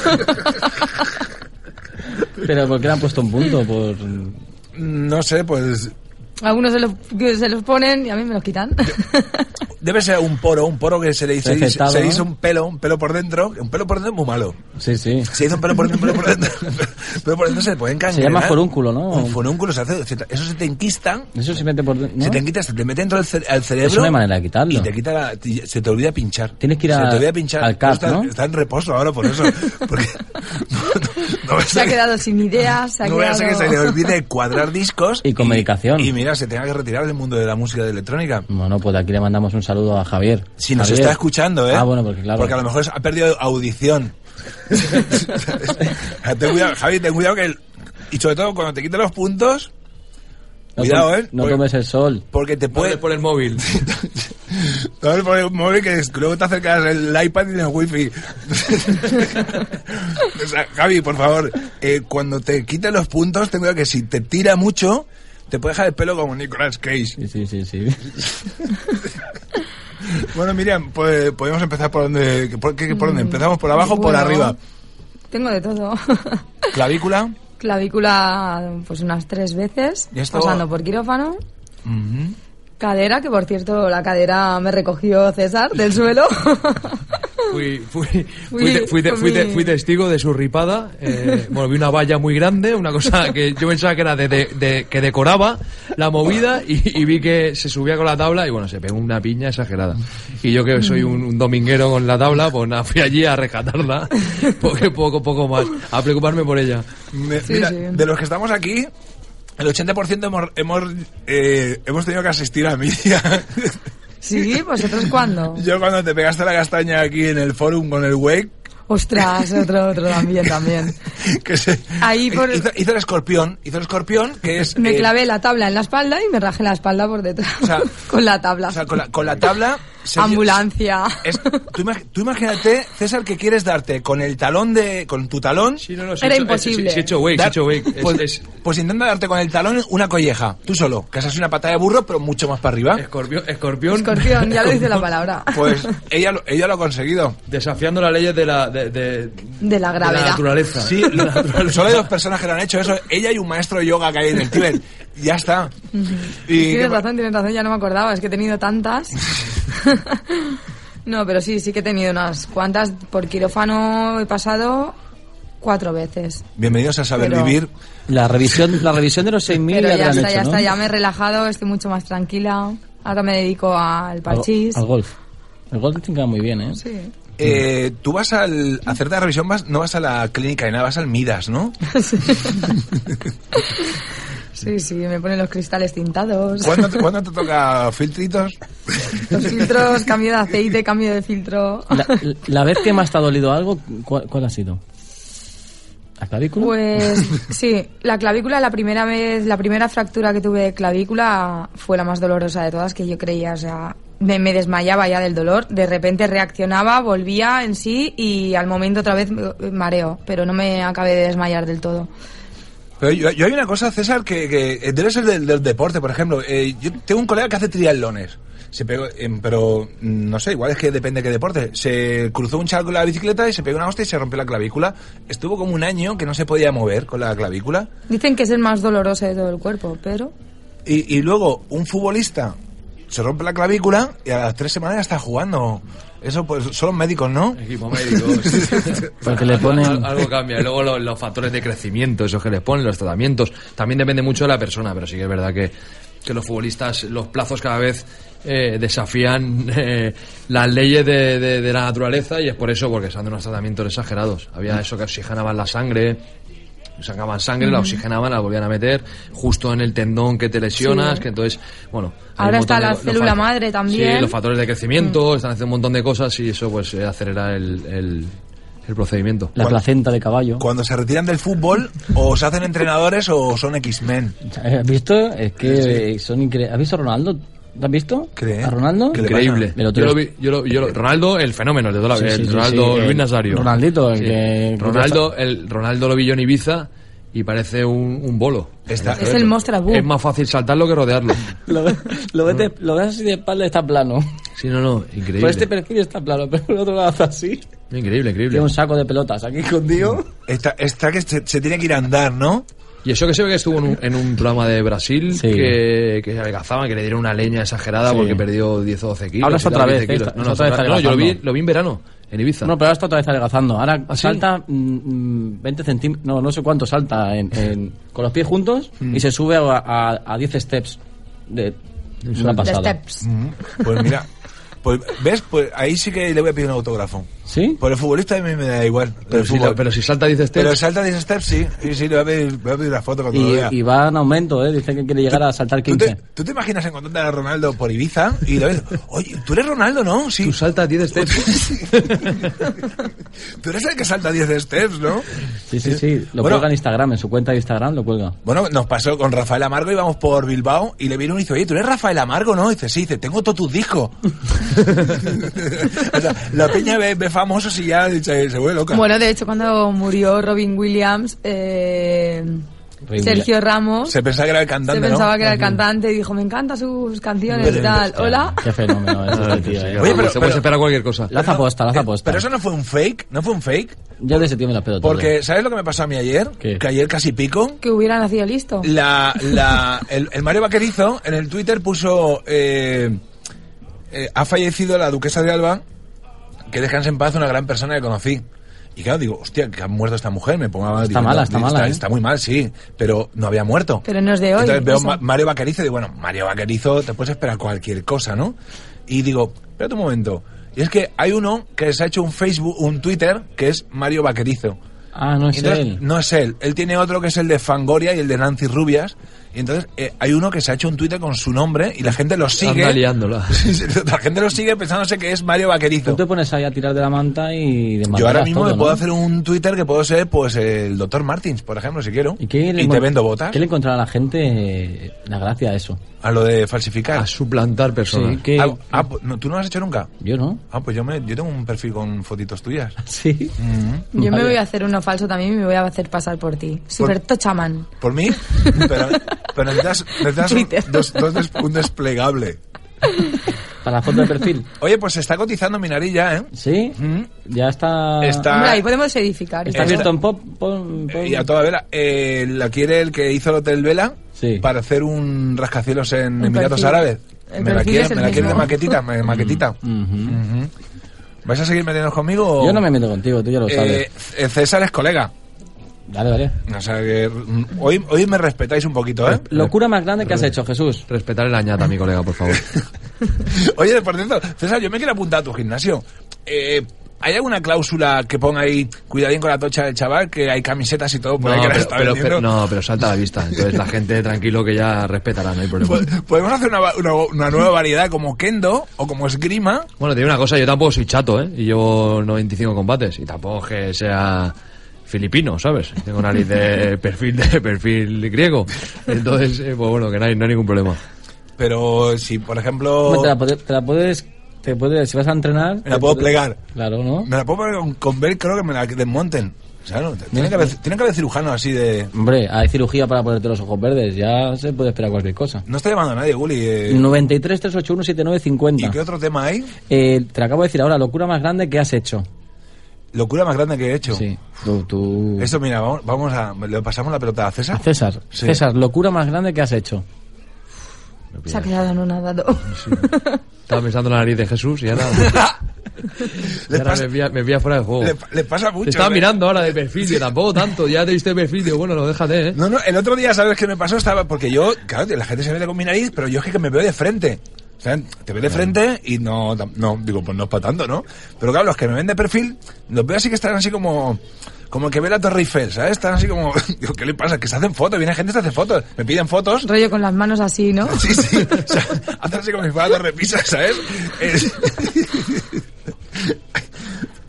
Pero ¿por qué le han puesto un punto? Por... No sé, pues Algunos se los, que se los ponen y a mí me los quitan. Debe ser un poro, un poro que se le dice, Infectado, se ¿no? hizo un pelo, un pelo por dentro, un pelo por dentro es muy malo. Sí, sí. Se hizo un pelo por dentro, un pelo por dentro, pero por dentro se le puede encangrenar. Se llama forúnculo, ¿no? Un forúnculo, se hace, se te- eso se te enquista, Eso se mete por... ¿no? se te enquista, se te mete dentro del ce- al cerebro. Es una manera de quitarlo. Y te quita la, ti- se te olvida pinchar. Tienes que ir se a- te olvida pinchar. al CAP, está, ¿no? está en reposo ahora por eso. Porque no, no- no se ha quedado sin ideas, se ha no vaya a quedado... ser que se le olvide cuadrar discos. Y con medicación. Y mira, se tenga que retirar del mundo de la música de electrónica. Bueno, pues aquí le mandamos un saludo a Javier. Si nos Javier. está escuchando, ¿eh? Ah, bueno, porque claro. Porque a lo mejor ha perdido audición. ten cuidado, Javi, ten cuidado que... el- Y sobre todo cuando te quiten los puntos... No cuidado, to- ¿eh? No porque, tomes el sol. porque te Por puede... el- por el móvil. te va a poner un móvil que es- luego te acercas el iPad y el wifi. O sea, Javi, por favor, eh, cuando te quiten los puntos, ten cuidado que si te tira mucho, te puede dejar el pelo como Nicolas Cage. Sí, sí, sí, sí. Bueno, Miriam, pues, podemos empezar por donde... ¿Por, qué- por dónde? ¿Empezamos por abajo o por Mm, Bueno, arriba? Tengo de todo. clavícula. Clavícula, pues unas tres veces, ¿Y esto? pasando por quirófano. Cadera, que por cierto, la cadera me recogió César del suelo. Fui, fui, fui, te- fui te- fui te- fui- fui testigo de su ripada. eh, bueno, vi una valla muy grande, una cosa que yo pensaba que era de, de- de- que decoraba la movida y, y vi que se subía con la tabla y bueno, se pegó una piña exagerada. Y yo que soy un, un dominguero con la tabla, pues nada, fui allí a rescatarla, poco, poco, poco más, a preocuparme por ella. Me- mira, de los que estamos aquí, el 80% hemos, hemos, eh, hemos tenido que asistir a media. Sí, vosotros cuándo? Yo cuando te pegaste la castaña aquí en el forum con el Wake, Ostras, otro, otro también, también. que se, Ahí por- hizo, hizo el escorpión, hizo el escorpión, que es... Me eh, clavé la tabla en la espalda y me rajé la espalda por detrás. o sea, con la tabla. o sea, con, la, con la tabla... se- Ambulancia. es- tú, imag- tú imagínate, César, que quieres darte con el talón de... con tu talón... sí, Era he hecho- imposible. sí, sí, he hecho wake, sí, he hecho wake. Es- Pues, es- pues intenta darte con el talón una colleja, tú solo, que haces una patada de burro, pero mucho más para arriba. Escorpión, escorpión. Escorpión, ya lo dice la palabra. Pues ella, lo- ella lo ha conseguido. Desafiando las leyes de la, de- de, De la gravedad. naturaleza. Sí, lo- solo hay dos personas que lo han hecho eso. Ella y un maestro de yoga que hay en el Tíbet. Ya está. Y Tienes que- razón, tienes razón, ya no me acordaba, es que he tenido tantas. no, pero sí, sí que he tenido unas cuantas. Por quirófano he pasado cuatro veces. Bienvenidos a Saber Pero- Mm. Vivir. La revisión, la revisión de los 6.000 Pero ya, te ya, la han está, ya hecho, ¿no? está, ya me he relajado, estoy mucho más tranquila. Ahora me dedico al Al, parchís. al golf. El golf te queda muy bien, ¿eh? Sí. Eh, tú vas al a hacerte la revisión, vas, no vas a la clínica de nada, vas al Midas, ¿no? sí, sí, me ponen los cristales tintados. ¿Cuándo te, cuándo te toca filtritos? Los filtros, cambio de aceite, cambio de filtro. La, la vez que más te ha dolido algo, ¿cuál, cuál ha sido? ¿La clavícula? Pues sí, la clavícula, la primera vez, la primera fractura que tuve de clavícula fue la más dolorosa de todas que yo creía, o sea, me, me desmayaba ya del dolor, de repente reaccionaba, volvía en sí y al momento otra vez me- me mareo, pero no me acabé de desmayar del todo. Pero yo, yo hay una cosa, César, que, que debe ser del, del deporte, por ejemplo. Eh, yo tengo un colega que hace triatlones. Se pegó, em, pero mm, no sé, igual es que depende de qué deporte. Se cruzó un charco con la bicicleta y se pegó una hostia y se rompió la clavícula. Estuvo como un año que no se podía mover con la clavícula. Dicen que es el más doloroso de todo el cuerpo, pero Y, y luego un futbolista se rompe la clavícula y a las tres semanas ya está jugando. Eso pues son los médicos, ¿no? Equipo médico. Porque le Al- ponen... Algo cambia. Y luego lo- los, factores de crecimiento, esos que les ponen, los tratamientos. También depende mucho de la persona, pero sí que es verdad que, que los futbolistas, los plazos cada vez eh, desafían eh, las leyes de, de- de la naturaleza y es por eso, porque se han dado unos tratamientos exagerados. Mm. Había eso que oxigenaban la sangre. Sacaban sangre, la Ujú. oxigenaban, la volvían a meter justo en el tendón que te lesionas, Sí. que entonces, bueno. hay Ahora un montón está de- la los célula fac- madre también. Sí, los factores de crecimiento, están haciendo un montón de cosas y eso pues eh, acelera el- el, el procedimiento. La placenta de caballo. Cuando se retiran del fútbol, o se hacen entrenadores o son X-Men. ¿Has visto? Es que eh, son increíbles. ¿Has visto a Ronaldo? ¿Lo has visto? ¿A Ronaldo? Increíble. Me lo Yo tiro- lo vi- yo lo- yo lo- Ronaldo, el fenómeno, el de toda la Sí, vida, sí, el sí, Ronaldo sí, el Luis Nazario. Ronaldito, el Sí. que- Ronaldo, el, Ronaldo lo vi yo en Ibiza y parece un, un bolo. Es el Mostra Boo. Es más fácil saltarlo que rodearlo. Lo, ve- lo ves, de- lo ves así de espalda y está plano. Sí, no, no, increíble. Por este perfil está plano, pero por el otro lado está así. Increíble, increíble. Tiene un saco de pelotas aquí escondido. Está, está que se, se tiene que ir a andar, ¿no? Y eso que se ve que estuvo en un, en un programa de Brasil que, que adelgazaban, que le dieron una leña exagerada Sí. porque perdió 10 o 12 kilos. Hablas y tal, otra vez, 15 kilos. esta- No, no, esta otra vez no, yo lo vi, adelgazando. lo vi en verano, en Ibiza. No, pero ahora está otra vez adelgazando. Ahora ¿Ah, sí? salta mm, mm, 20 centímetros, no, no sé cuánto salta en- en- con los pies juntos Mm. y se sube a, a- a 10 steps. De, es una pasada. Mm, Pues mira, pues, ¿ves? Pues ahí sí que le voy a pedir un autógrafo. ¿Sí? Por el futbolista a mí me da igual. Pero el si, fútbol. lo- pero si salta 10 steps. Pero salta 10 steps, sí. Sí, sí, le voy a pedir, le voy a pedir una foto cuando lo este Y, vea. y va en aumento, ¿eh? Dice que quiere llegar a saltar ¿Tú te, 15. tú te imaginas encontrarte a Ronaldo por Ibiza y lo ves? Oye, tú eres Ronaldo, ¿no? Sí. Tú saltas 10 steps. tú eres el que salta 10 steps, ¿no? Sí, sí, sí. Lo Bueno. cuelga en Instagram, en su cuenta de Instagram lo cuelga. Bueno, nos pasó con Rafael Amargo, íbamos por Bilbao y le vino uno y dice, oye, ¿tú eres Rafael Amargo, no? Y dice, sí, dice, tengo todos tus discos. o sea, la peña ve, ve famosos y ya se, se vuelve loca. Bueno, de hecho, cuando murió Robin Williams, eh, Sergio Ramos Se pensaba que era el se cantante, pensaba ¿no? que era el cantante y dijo, me encantan sus canciones y tal. Hola. Qué fenómeno es este tío, ¿eh? Oye, pero, se puede esperar cualquier cosa. La hace aposta, la hace eh, aposta. Pero eso no fue un fake, no fue un fake. Yo de ese tío ¿eh? me las pedo Porque, ¿sabes lo que me pasó a mí ayer? Que ayer casi pico. Que hubiera nacido listo. La, la- el, el Mario Vaquerizo en el Twitter puso eh, eh, ha fallecido la duquesa de Alba que descanse en paz una gran persona que conocí. Y claro, digo, hostia, que ha muerto esta mujer, me pongo Está mala, está mala, ¿eh? Está muy mal, sí, pero no había muerto. Pero no es de hoy. Entonces veo eso. Ma- Mario Vaquerizo y digo, bueno, Mario Vaquerizo te puedes esperar cualquier cosa, ¿no? Y digo, espérate un momento. Y es que hay uno que se ha hecho un Facebook, un Twitter, que es Mario Vaquerizo. Ah, no es Entonces, él. No es él. Él tiene otro que es el de Fangoria y el de Nancy Rubias. Y entonces eh, hay uno que se ha hecho un Twitter con su nombre y la gente lo sigue. Anda liándola. Sí, sí, la gente lo sigue pensándose que es Mario Vaquerizo. Tú te pones ahí a tirar de la manta y de Yo ahora maderas mismo todo, me puedo ¿no? hacer un Twitter que puedo ser pues el Dr. Martins, por ejemplo, si quiero. Y, ¿Qué le te encon- vendo botas ¿Qué le encontrará a la gente eh, la gracia a eso? a lo de falsificar. A suplantar personas. Ah, Sí, que- Ah, ah, pues, no, ¿Tú no lo has hecho nunca? Yo no. Ah, pues yo, me, yo tengo un perfil con fotitos tuyas. Sí. Yo me Vale. voy a hacer uno falso también y me voy a hacer pasar por ti. Super tochamán. Por mí, pero, pero necesitas, necesitas un- Twitter. dos- dos des- un desplegable. Para la foto de perfil. Oye, pues se está cotizando mi nariz ya, ¿eh? ¿Sí? Ya está. Está- Mm. Hombre, ahí podemos edificar. Esta- Está abierto en pop. pon- pon- Eh, Y a toda vela. Eh, la quiere el que hizo el Hotel Vela Sí. para hacer un rascacielos en El Emiratos perfil. Árabes. El Me la perfil quiere, es el me la quiere de mismo. maquetita, me- maquetita. Ujú. Ujú. ¿Vais a seguir metiéndonos conmigo? o- Mm. Yo no me meto contigo, tú ya lo sabes. Eh, C- César es colega. Dale, dale. O sea que mm, hoy, hoy me respetáis un poquito, ¿eh? Locura más grande que has hecho, Jesús. Respetar el añata, mi colega, por favor. Oye, por cierto, César, yo me quiero apuntar a tu gimnasio. Eh, ¿Hay alguna cláusula que ponga ahí, cuidadín con la tocha del chaval, que hay camisetas y todo por No, ahí que la pero, está pero- vendiendo? pero- no, pero salta a la vista. Entonces la gente tranquilo que ya respetará, no hay problema. Po- Pues, Podemos hacer una, va- una- una nueva variedad como kendo o como esgrima. Bueno, te digo una cosa, yo tampoco soy chato, ¿eh? Y llevo 95 combates. Y tampoco es que sea filipino, ¿sabes? Tengo nariz de perfil, de perfil griego. Entonces, eh, pues bueno, que no hay, no hay ningún problema. Pero si, por ejemplo, Hombre, Te la, pode- te la puedes, te puedes. Si vas a entrenar. me te la puedo puedes- plegar. Claro, ¿no? Me la puedo poner con, con Bell, creo que me la desmonten. O sea, no, tienen, que haber, tienen que haber cirujanos así de... Hombre, hay cirugía para ponerte los ojos verdes. Ya se puede esperar cualquier cosa. No está llamando a nadie, Gully. eh. 93 381 ¿Y 7950. qué otro tema hay? Eh, te acabo de decir ahora, locura más grande que has hecho. Locura más grande que he hecho. Sí. Tú, tú- Esto, mira, vamos, vamos a... Le pasamos la pelota a César. A César. Sí. César, locura más grande que has hecho. Se ha quedado anonadado. Estaba pensando en la nariz de Jesús y ahora, y Le ahora pasa- me, pilla, me pilla fuera de juego. le- le pasa mucho, Te estaba ¿eh? mirando ahora de perfil, yo tampoco tanto. Ya te diste perfil, digo, bueno, lo déjate, ¿eh? No, no, el otro día, ¿sabes qué me pasó? Estaba, porque yo, claro, tío, la gente se mete con mi nariz, pero yo es que me veo de frente. O sea, te veo de frente y no, tam- no, digo, pues no es para tanto, ¿no? Pero claro, los que me ven de perfil, los veo así que están así como, como el que ve la Torre Eiffel, ¿sabes? Están así como, digo, ¿qué le pasa? Que se hacen fotos, viene gente y se hace fotos, me piden fotos. Rollo con las manos así, ¿no? Sí, sí, o sea, hacen así como si fuera la Torre Pisa, ¿sabes? Es-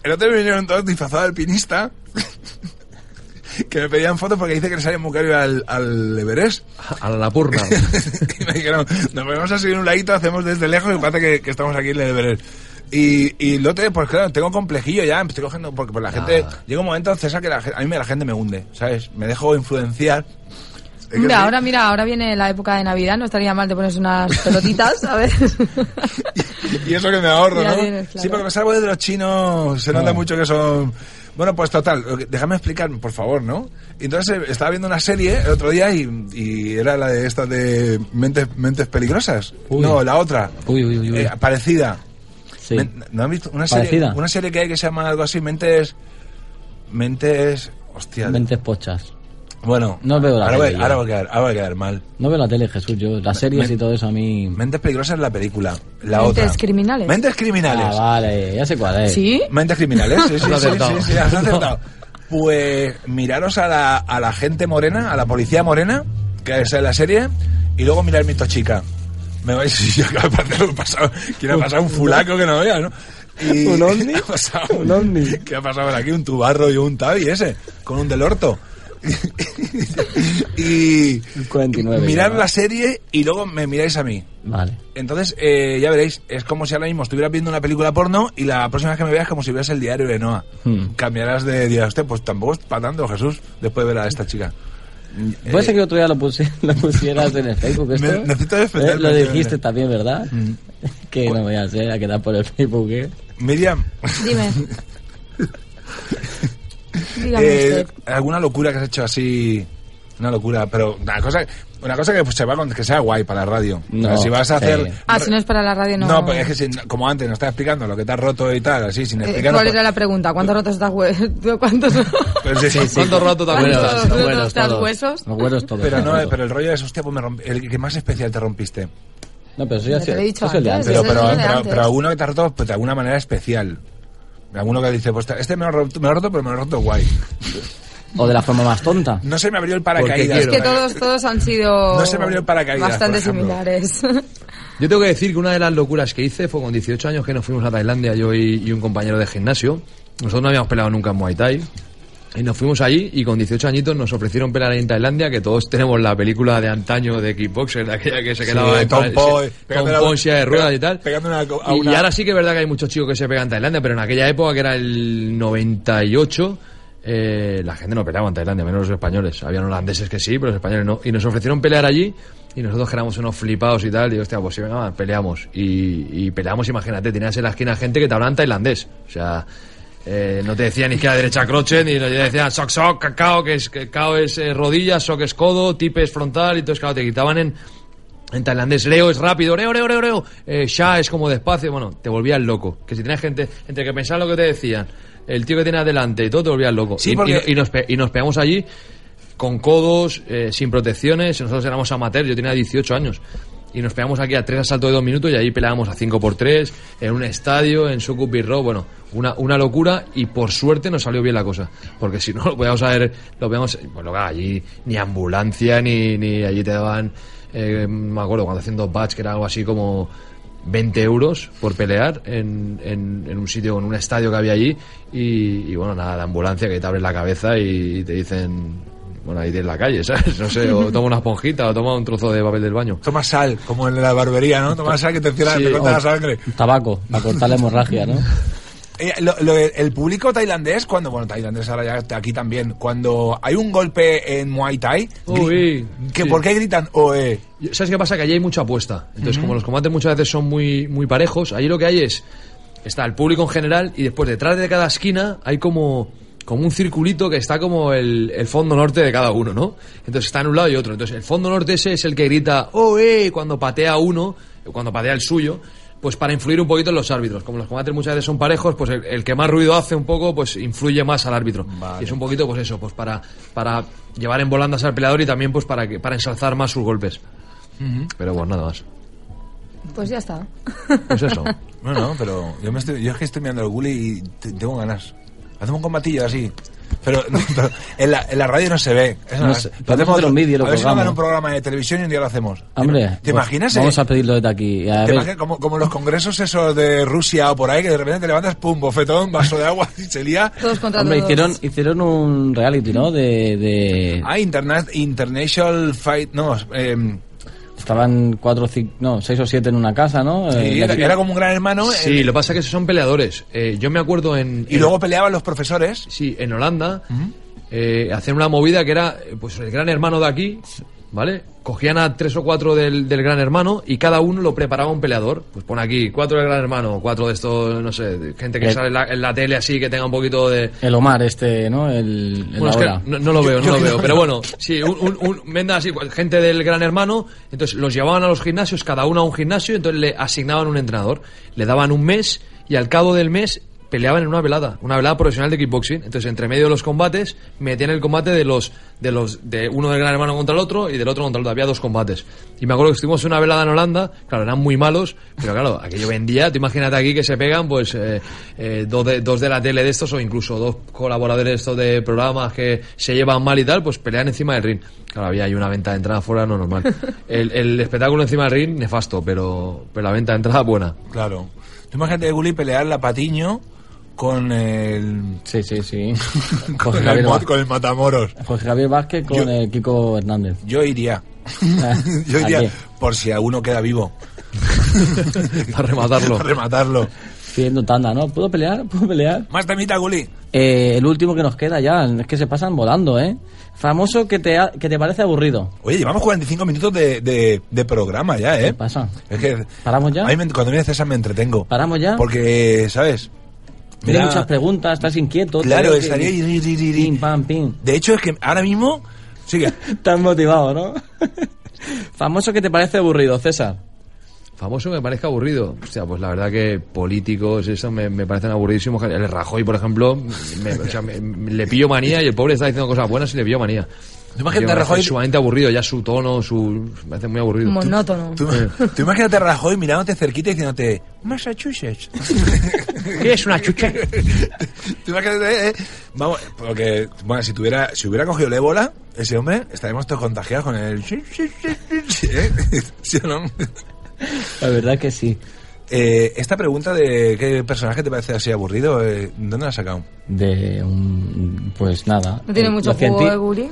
El otro día vinieron todos disfrazados de alpinista que me pedían fotos porque dice que le sale muy caro ir al, al Everest. A la purna. y me dijeron, nos ponemos así en un ladito, hacemos desde lejos y parece que, que estamos aquí en el Everest. Y, y lo otro, pues claro, tengo complejillo ya, me estoy cogiendo, porque pues, la gente, Ah. llega un momento, César, que la, gen- a mí me- la gente me hunde, ¿sabes? Me dejo influenciar. Es que Hombre, sí. ahora mira, ahora viene la época de Navidad, no estaría mal te pones unas pelotitas, ¿sabes? Y eso que me ahorro, Ya ¿no? tienes, claro. Sí, porque me salvo de los chinos, se nota mucho que son... Bueno, pues total, lo que- déjame explicar, por favor, ¿no? Y Entonces eh, estaba viendo una serie el otro día y, y era la de estas de Mentes, mentes Peligrosas. Uy. No, la otra. Uy, uy, uy, uy. Eh, parecida. Sí. Men- ¿No han visto? Una serie, Parecida. una serie que hay que se llama algo así, Mentes... Mentes... Hostia. Mentes pochas. Bueno, No veo la ahora, voy, serie yo. ahora, voy a quedar, ahora voy a quedar mal. No veo la tele, Jesús. Yo, las series me- y todo eso a mí. Mentes Peligrosas es la película. La Mentes otra. criminales. Mentes Criminales. Ah, vale, ya sé cuál es. ¿Sí? Mentes criminales, sí, sí, Lo has sí, acertado. sí, sí, has acertado. Pues miraros a la, a la gente morena, a la policía morena, que es en la serie, y luego mirar mi tochica. Me vais y acaba de pasar un pasado, que le ha pasado un fulaco que no veas, ¿no? Y, ¿Un ovni? ¿Qué ha pasado? ¿Un ovni? ¿Qué ha pasado por aquí? Un tubarro y un tabi ese, con un del orto. y 49 mirad ya. la serie y luego me miráis a mí. Vale. Entonces, eh, ya veréis, es como si ahora mismo estuvieras viendo una película porno y la próxima vez que me veas como si vieras el diario de Noah. Hmm. Cambiarás de día. Hostia, pues tampoco está tanto Jesús después de ver a esta chica. Puede ser que otro día lo, pusi- lo pusieras en el Facebook. esto? Eh, Me- necesito defenderme, Eh, Lo defenderme. dijiste también, ¿verdad? Mm. Que no me voy a quedar por el Facebook, ¿eh? Miriam, Dime. Dígame eh, usted. ¿alguna locura que has hecho así? Una locura, pero una cosa, una cosa que pues, se va con- que sea guay para la radio. O sea, No, si vas a sí. hacer... Ah, si no es para la radio, no. No, porque es que si- como antes nos estás explicando lo que te has roto y tal, así, sin Eh, explicarnos... ¿Cuál era la pregunta? ¿Cuántos rotos estás hue- ¿Cuántos... Pero pues, sí, sí. ¿Cuánto rato te ¿Cuántos acuerdas? rotos estás huesos? Pero no, todos. eh, pero el rollo es, hostia, pues me rompí, el que más especial te rompiste. No, pero eso ya Ya te lo he dicho eso es el de antes, Pero, antes. pero, eso es el de pero- antes. pero alguno que te ha roto pues, de alguna manera especial. Alguno que dice, pues este me lo, ha roto, me lo ha roto, pero me lo ha roto guay. O de la forma más tonta. No se me abrió el paracaídas. Es que todos, todos han sido eh. No se me abrió el paracaídas, bastante por ejemplo. similares. Yo tengo que decir que una de las locuras que hice fue con 18 años que nos fuimos a Tailandia, yo y, y un compañero de gimnasio. Nosotros no habíamos pelado nunca en Muay Thai. Y nos fuimos allí y con 18 añitos nos ofrecieron pelar en Tailandia, que todos tenemos la película de antaño de kickboxer, de aquella que se Sí, quedaba en Tom pare- Boy, sí, Tom pegándole a- Boy, silla de ruedas y tal. Pegándole a una- a Y- una- Y ahora sí que es verdad que hay muchos chicos que se pegan en Tailandia, pero en aquella época, que era el 98, eh, la gente no peleaba en Tailandia, menos los españoles. Habían holandeses que sí, pero los españoles no. Y nos ofrecieron pelear allí y nosotros que éramos unos flipados y tal. Y hostia, pues sí, venga, va, peleamos. Y, y peleamos, imagínate, tenías en la esquina gente que te hablaba en tailandés. O sea... eh, no te decía ni izquierda, derecha, crochet, ni te decían soc, soc, cacao, que es, que cao es eh, rodilla, soc es codo, tipe es frontal, y entonces, claro, te quitaban en, en tailandés, leo es rápido, leo, leo, leo, leo. Eh, ya es como despacio. Bueno, te volvías loco. Que si tenías gente, entre que pensar lo que te decían, el tío que tiene adelante y todo, te volvías loco. Sí, y, y- porque- y nos, pe- y nos pegamos allí con codos, eh, sin protecciones. Nosotros éramos amateurs, yo tenía 18 años. Y nos pegamos aquí a tres asaltos de dos minutos y ahí peleábamos a cinco por tres, en un estadio, en Sucup Row. Bueno, una, una locura y por suerte nos salió bien la cosa. Porque si no, lo podíamos haber, lo podíamos, bueno, claro, allí ni ambulancia, ni, ni allí te daban, eh, me acuerdo, cuando haciendo batch, que era algo así como 20 euros por pelear en, en- en un sitio, en un estadio que había allí. Y, y bueno, nada, la ambulancia que te abre la cabeza y te dicen, bueno, ahí tienes la calle, ¿sabes? No sé, o toma una esponjita, o toma un trozo de papel del baño. Toma sal, como en la barbería, ¿no? Toma sal que te cierra, Sí, te oh. corta o- la sangre. Tabaco, para cortar la hemorragia, ¿no? Eh, lo- lo- el público tailandés, cuando, bueno, tailandés ahora ya aquí también, cuando hay un golpe en Muay Thai, gri- Uy, que sí. ¿por qué gritan oe? Yo- ¿Sabes qué pasa? Que allí hay mucha apuesta. Entonces, como los combates muchas veces son muy, muy parejos, allí lo que hay es. Está el público en general y después detrás de cada esquina hay como. Como un circulito que está como el, el fondo norte de cada uno, ¿no? Entonces está en un lado y otro. Entonces el fondo norte ese es el que grita, ¡oh, eh! cuando patea uno, cuando patea el suyo, pues para influir un poquito en los árbitros. Como los combates muchas veces son parejos, pues el, el que más ruido hace un poco, pues influye más al árbitro. Y es un poquito, pues eso, pues para, para llevar en volandas al peleador y también pues para, que, para ensalzar más sus golpes. Pero bueno, nada más. Pues ya está. Pues eso. No, no, pero yo, me estoy, yo es que estoy mirando el guli y te- tengo ganas. Hacemos un combatillo así. Pero, pero en, la, en la radio no se ve. Eso No no sé, es- podemos hacer un vídeo y lo A ver si nos colgamos. dan un programa de televisión y un día lo hacemos. Hombre, ¿Te pues imaginas? eh? Vamos a pedirlo desde aquí. A ¿Te ver, imaginas como, como los congresos esos de Rusia o por ahí, que de repente te levantas, pum, bofetón, vaso de agua y se lía. Todos contra hombre, todos. hicieron, hicieron un reality, ¿no? De, de- Ah, interna- International Fight. No, em, Estaban cuatro, cinco, no, seis o siete en una casa, ¿no? Eh, sí, la- era, era como un gran hermano. eh, Sí, lo que pasa es que esos son peleadores. Eh, yo me acuerdo en... y en- luego peleaban los profesores. Sí, en Holanda, eh, hacían una movida que era, eh, pues, el gran hermano de aquí, ¿vale? Cogían a tres o cuatro del, del gran hermano y cada uno lo preparaba un peleador. Pues pon aquí, cuatro del gran hermano, cuatro de estos, no sé, de gente que Eh. El- sale en la, en la tele así, que tenga un poquito de... El Omar, este, ¿no? El, el Bueno, es ahora. que no, no lo veo, no yo lo que veo, no- pero bueno, sí, un, un- un- venda así, pues, gente del gran hermano, entonces los llevaban a los gimnasios, cada uno a un gimnasio, entonces le asignaban un entrenador, le daban un mes y al cabo del mes peleaban en una velada, una velada profesional de kickboxing, entonces entre medio de los combates metían el combate de los, de los, de uno del gran hermano contra el otro y del otro contra el otro, había dos combates. Y me acuerdo que estuvimos en una velada en Holanda, claro, eran muy malos, pero claro, aquello vendía, tú imagínate aquí que se pegan pues eh, eh, dos, de, dos de la tele de estos o incluso dos colaboradores de estos de programas que se llevan mal y tal, pues pelean encima del ring. Claro, había ahí una venta de entrada fuera, no normal. El, el espectáculo encima del ring, nefasto, pero, pero la venta de entrada buena. Claro. Tú imagínate a Gulli pelear la Patiño con el. Sí, sí, sí. Con Jorge el, Javier, mo- Vázquez- con el Matamoros. Jorge Javier Vázquez con Yo- eh, Kiko Hernández. Yo iría. Yo ¿a iría qué? por si alguno queda vivo. Para rematarlo. Para rematarlo. Pidiendo tanda, ¿no? ¿Puedo pelear? ¿Puedo pelear? Más temita, Gulli. Eh, el último que nos queda ya, es que se pasan volando, ¿eh? Famoso que te, ha- que te parece aburrido. Oye, llevamos 45 minutos de, de, de programa ya, ¿eh? ¿Qué pasa? Es que. ¿Paramos ya? a mí me- cuando viene César me entretengo. ¿Paramos ya? Porque, ¿sabes? Me Tienes da- muchas preguntas, estás inquieto. te Claro, veo que- estaría ahí, ri, ri, ri, ri. Pim, pam, pim. De hecho, es que ahora mismo Sigue. Tan motivado, ¿no? Famoso que te parece aburrido, César. Famoso me parezca aburrido. Hostia, pues la verdad que políticos, eso me, me parecen aburridísimos. El Rajoy, por ejemplo, me- o sea, me- me- le pillo manía y el pobre está diciendo cosas buenas y le pillo manía. Tú imagínate Me a Rajoy- parece Sumamente aburrido, ya su tono, su. Me hace muy aburrido. Monótono. Tú, tú imagínate a Rajoy mirándote cerquita y diciéndote, Massachusetts. ¿Qué es una chucha? tú imagínate, eh, eh, vamos, porque, bueno, si tuviera, si hubiera cogido el ébola, ese hombre, estaríamos todos contagiados con el... ¿eh? ¿Sí o no? La verdad que sí. Eh, esta pregunta de qué personaje te parece así aburrido, eh, ¿dónde la has sacado? De un. Pues nada. No tiene Eh, mucho los cienti- juego, ¿eh, Guri?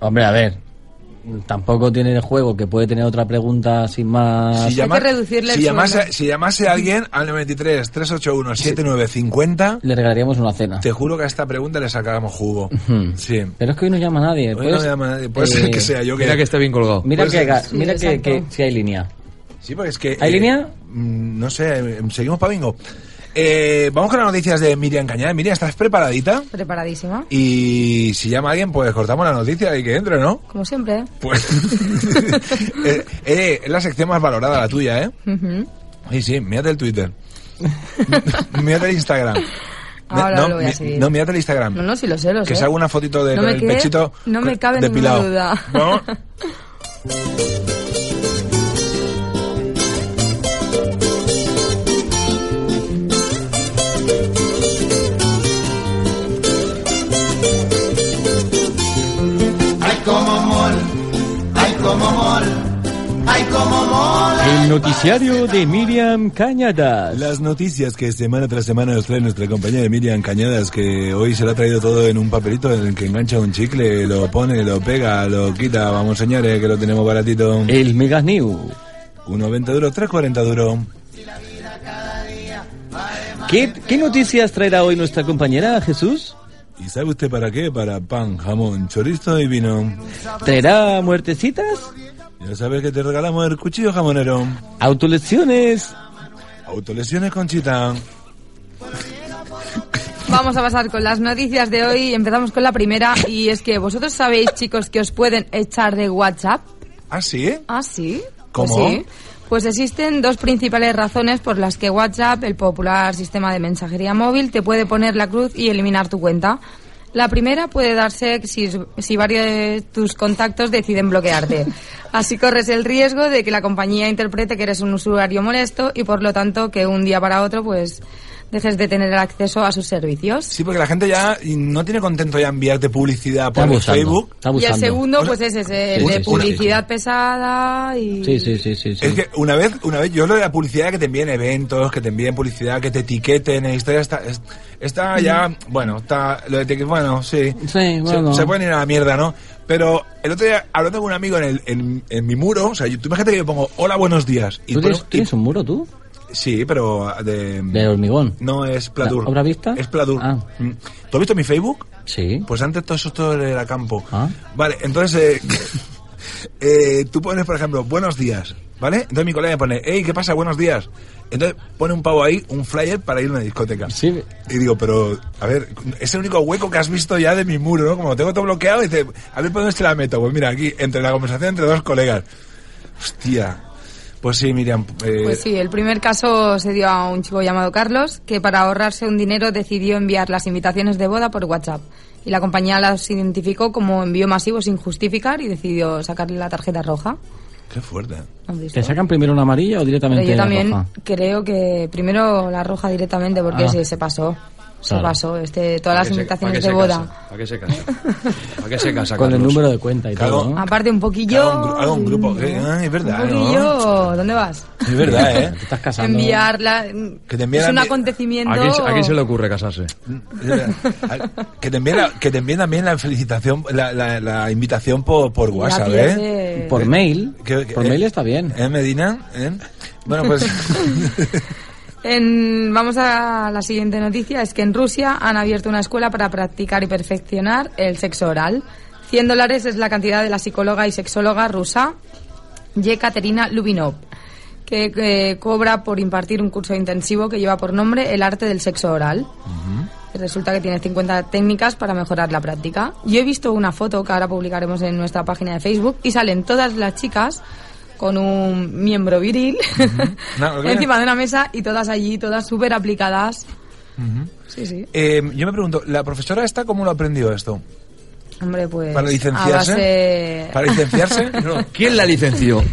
Hombre, a ver. Tampoco tiene el juego que puede tener otra pregunta sin más. Si, llama- reducirle el si, llamase, sueldo. si llamase a alguien al 93 381 7950, Le regalaríamos una cena. te juro que a esta pregunta le sacábamos jugo. Ujú. Sí. Pero es que hoy no llama nadie. Hoy no pues, llama nadie. Puede eh, ser que sea yo que. Mira que está bien colgado. Mira, Pues- que, ga- Sí, mira que, exacto. que si hay línea. Sí, porque es que. eh, ¿Hay línea? mm, No sé, eh, seguimos para bingo. Eh, vamos con las noticias de Miriam Cañada. Miriam, ¿estás preparadita? Preparadísima. Y si llama alguien, pues cortamos la noticia y que entre, ¿no? Como siempre, ¿eh? Pues. eh, eh, es la sección más valorada, la tuya, ¿eh? Ujú. Sí, sí, mírate el Twitter. mírate el Instagram. Ahora no, lo voy a mi- seguir. No, mírate el Instagram. No, no, sí lo sé, lo que sé. se haga una fotito de, No con me el quede- pechito no me con- cabe ninguna depilado. duda. Vamos. El noticiario de Miriam Cañadas. Las noticias que semana tras semana nos trae nuestra compañera Miriam Cañadas, que hoy se lo ha traído todo en un papelito en el que engancha un chicle, lo pone, lo pega, lo quita. Vamos, señores, que lo tenemos baratito. El Megas New. 1,20 duros, 3,40 duros. ¿Qué, ¿Qué noticias traerá hoy nuestra compañera Jesús? ¿Y sabe usted para qué? Para pan, jamón, chorizo y vino. ¿Traerá muertecitas? Ya sabes que te regalamos el cuchillo jamonero. ¿Autolecciones? Autolesiones, Conchita. Vamos a pasar con las noticias de hoy. Empezamos con la primera y es que vosotros sabéis, chicos, que os pueden echar de WhatsApp. ¿Ah, sí? Ah, sí. ¿Cómo? Pues, sí. Pues existen dos principales razones por las que WhatsApp, el popular sistema de mensajería móvil, te puede poner la cruz y eliminar tu cuenta. La primera puede darse si, si varios de tus contactos deciden bloquearte. Así corres el riesgo de que la compañía interprete que eres un usuario molesto y por lo tanto que un día para otro pues dejes de tener acceso a sus servicios. Sí, porque la gente ya no tiene contento ya enviarte publicidad por Está abusando. Facebook. Está Y el abusando. segundo, O sea, pues es ese, sí, el de sí, sí, publicidad pesada y... Sí, sí, sí, sí. sí. Es que una vez, una vez, yo lo de la publicidad que te envíen eventos, que te envíen publicidad, que te etiqueten, en historia está, es- está ya, bueno, está, lo de etiquet- bueno, sí. Sí, Se- bueno. Se, pueden ir a la mierda, ¿no? Pero el otro día, hablando con un amigo en, el, en, en mi muro, o sea, yo- tú imagínate que yo pongo, hola, buenos días. ¿Tú pongo- tienes, tienes un muro, tú? Sí, pero de... De hormigón. no, es Pladur. ¿La obra vista? Es Pladur. Ah. Mm. ¿Tú has visto mi Facebook? Sí. Pues antes todo eso todo era campo. Ah. Vale, entonces eh, eh, tú pones, por ejemplo, buenos días, ¿vale? Entonces mi colega me pone, hey, ¿qué pasa? Buenos días. Entonces pone un pavo ahí, un flyer para ir a una discoteca. Sí. Y digo, pero, a ver, es el único hueco que has visto ya de mi muro, ¿no? Como lo tengo todo bloqueado, dice, a ver, ¿por dónde se la meto? Pues mira, aquí, entre la conversación entre dos colegas. Hostia. Pues sí, Miriam. eh, Pues sí, el primer caso se dio a un chico llamado Carlos, que para ahorrarse un dinero decidió enviar las invitaciones de boda por WhatsApp. Y la compañía las identificó como envío masivo sin justificar y decidió sacarle la tarjeta roja. Qué fuerte. ¿Has visto? ¿Te sacan primero una amarilla o Pero directamente yo la también roja? creo que primero la roja directamente, porque Ah. sí, se pasó. Se Claro. pasó. Este, todas ¿Para las qué se- invitaciones para qué de se boda. casa? ¿Para qué se casa? ¿Para qué se casa? Con el Carlos? número de cuenta y Claro. todo, ¿no? Aparte un poquillo... Hago un, gru- hago un grupo. eh, ah, es verdad, Un ¿no? poquillo... ¿Dónde vas? Es verdad, ¿eh? Te estás casando. Enviarla... te envíen es un la- acontecimiento... ¿A quién, se- a quién se le ocurre casarse? que te envíen la- que te envíen también la felicitación la, la- la invitación por, por La WhatsApp pides ¿eh? de- Por mail. Que- que- por eh, mail está bien. ¿eh, Medina ¿Eh? bueno pues En- vamos a la siguiente noticia. Es que en Rusia han abierto una escuela para practicar y perfeccionar el sexo oral. 100 dólares es la cantidad de la psicóloga y sexóloga rusa Yekaterina Lubinov, que, que cobra por impartir un curso intensivo que lleva por nombre El arte del sexo oral. Resulta que tiene 50 técnicas para mejorar la práctica. Yo he visto una foto que ahora publicaremos en nuestra página de Facebook y salen todas las chicas con un miembro viril No, bien. encima de una mesa y todas allí, todas súper aplicadas. Ujú. Sí, sí. Eh, yo me pregunto, ¿la profesora esta cómo lo aprendió esto? Hombre, pues. ¿Para licenciarse? a base- pues ¿Para licenciarse? No. ¿Quién la licenció?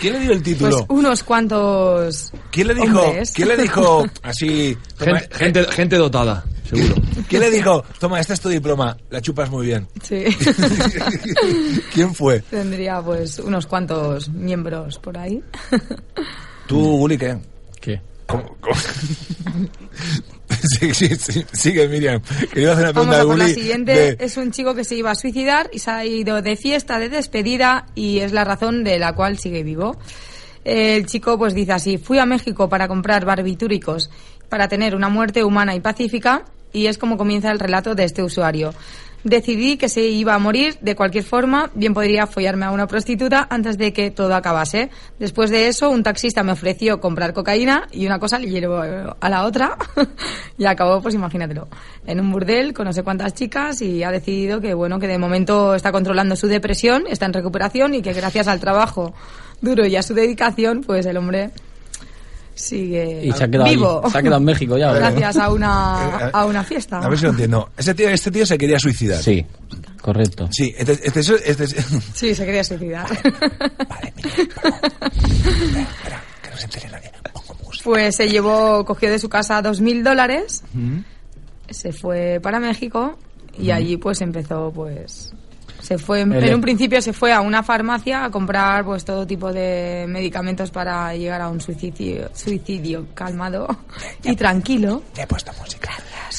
¿Quién le dio el Pues título? unos cuantos. ¿Quién le dijo? hombres. ¿Quién le dijo así? Gente- dotada, seguro. ¿Quién le dijo? Toma, este es tu diploma, la chupas muy bien. Sí. ¿Quién fue? Tendría pues unos cuantos miembros por ahí. Tú, Guli, ¿qué? ¿Qué? ¿Cómo- cómo? sí, sí, sí, sigue, Miriam. Que iba a hacer una Vamos pregunta a a por Guli. la siguiente. de- Es un chico que se iba a suicidar y se ha ido de fiesta, de despedida y es la razón de la cual sigue vivo. El chico pues dice así, fui a México para comprar barbitúricos para tener una muerte humana y pacífica y es como comienza el relato de este usuario. Decidí que se iba a morir de cualquier forma, bien podría follarme a una prostituta antes de que todo acabase. Después de eso, un taxista me ofreció comprar cocaína y una cosa le llevó a la otra y acabó, pues imagínatelo, en un burdel con no sé cuántas chicas y ha decidido que, bueno, que de momento está controlando su depresión, está en recuperación y que gracias al trabajo duro y a su dedicación, pues el hombre sigue Y se ha quedado, vivo. allí, se ha quedado en México ya. Gracias a una, a una fiesta. Eh, A ver si lo entiendo. Ese tío, este tío se quería suicidar. Sí, correcto. Sí, este, este- este- este- Sí, se quería suicidar. Pues se llevó, cogió de su casa dos mil dólares, se fue para México y Mm. allí pues empezó pues... Se fue, en, El- en un principio se fue a una farmacia a comprar pues todo tipo de medicamentos para llegar a un suicidio, suicidio calmado y tranquilo. Te he puesto música.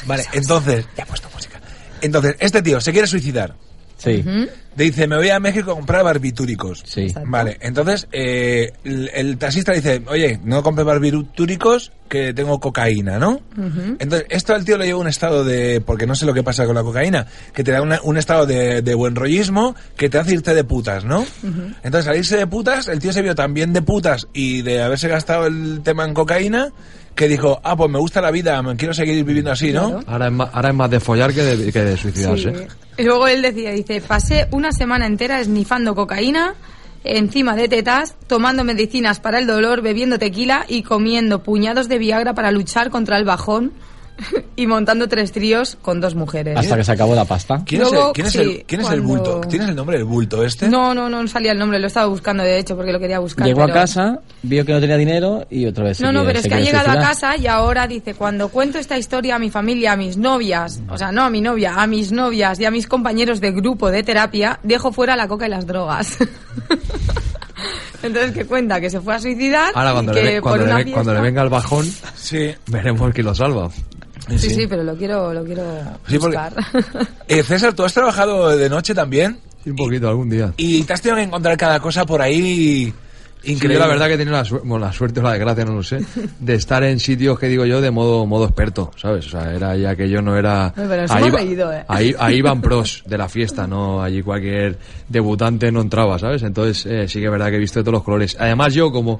Vale, entonces. Ya he puesto música. Entonces, este tío se quiere suicidar. Sí. Dice, me voy a México a comprar barbitúricos. Sí. Exacto. Vale, entonces eh, el, el taxista le dice, oye, no compre barbitúricos que tengo cocaína, ¿no? Entonces, esto al tío le lleva un estado de. Porque no sé lo que pasa con la cocaína. Que te da una- un estado de, de buen rollismo que te hace irte de putas, ¿no? Entonces, al irse de putas, el tío se vio también de putas y de haberse gastado el tema en cocaína que dijo, ah, pues me gusta la vida, me quiero seguir viviendo así, ¿no? Ahora es más, ahora es más de follar que de, que de suicidarse. Sí. Y luego él decía, dice, pasé una semana entera esnifando cocaína, encima de tetas, tomando medicinas para el dolor, bebiendo tequila y comiendo puñados de Viagra para luchar contra el bajón y montando tres tríos con dos mujeres. Hasta que se acabó la pasta. ¿Quién, es, Luego, el, quién es sí, el- quién es el cuando- bulto? ¿Tienes el nombre del bulto este? No, no, no salía el nombre, lo estaba buscando de hecho porque lo quería buscar. Llegó a pero- casa, vio que no tenía dinero y otra vez. se No, no, quiere- pero se es que ha quiere llegado a suicidar. casa y ahora dice, cuando cuento esta historia a mi familia, a mis novias, o sea, no a mi novia, a mis novias y a mis compañeros de grupo de terapia, dejo fuera la coca y las drogas. Entonces, que cuenta que se fue a suicidar Ahora, cuando, y que le, ve- cuando, por le, una ve- cuando le fiesta- venga el bajón, veremos quién lo salva. Sí, sí, pero lo quiero, lo quiero Sí, porque- buscar. Eh, César, ¿tú has trabajado de noche también? Un poquito, algún día. Y te has tenido que encontrar cada cosa por ahí Sí, increíble. yo la verdad que he tenido la, suer- bueno, la suerte o la desgracia, no lo sé, de estar en sitios que digo yo de modo modo experto, ¿sabes? O sea, era ya que yo no era... Pero nos ahí, hemos va- reído, ¿eh? ahí, ahí van pros de la fiesta, ¿no? Allí cualquier debutante no entraba, ¿sabes? Entonces eh, sí que es verdad que he visto de todos los colores. Además yo como...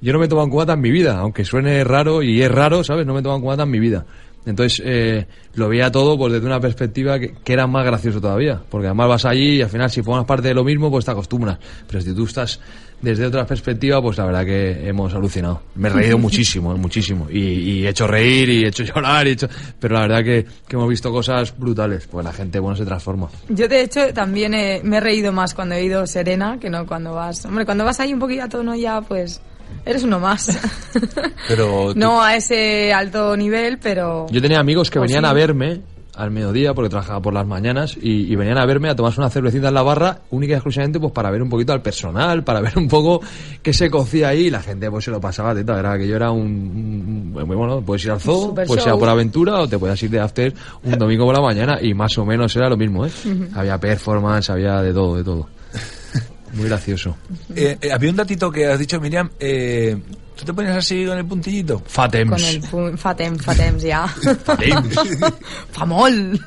Yo no me he tomado en cubata en mi vida, aunque suene raro y es raro, ¿sabes? No me he tomado en cubata en mi vida. Entonces eh, lo veía todo pues, desde una perspectiva que, que era más gracioso todavía. Porque además vas allí y al final si formas parte de lo mismo pues te acostumbras. Pero si tú estás desde otra perspectiva pues la verdad que hemos alucinado. Me he reído muchísimo, eh, muchísimo. Y, y he hecho reír y he hecho llorar. y he hecho... Pero la verdad que, que hemos visto cosas brutales. Pues la gente bueno se transforma. Yo, de hecho, también eh, me he reído más cuando he ido serena que no cuando vas... Hombre, cuando vas ahí un poquito a tono ya, pues... Eres uno más. Pero no a ese alto nivel, pero... Yo tenía amigos que Pues venían sí. a verme al mediodía, porque trabajaba por las mañanas, y, y venían a verme a tomarse una cervecita en la barra, única y exclusivamente pues para ver un poquito al personal, para ver un poco qué se cocía ahí, y la gente pues se lo pasaba teta, era que yo era un, un- un- muy bueno, puedes ir al zoo, Super puedes ir a show. por aventura, o te puedes ir de after un domingo por la mañana, y más o menos era lo mismo, ¿eh? Ujú. Había performance, había de todo, de todo. Muy gracioso. Eh, eh, había un datito que has dicho, Miriam. eh, ¿Tú te pones así con el puntillito? Con Fatems. Mm. el pu- Fatem, Fatems ya. Famol.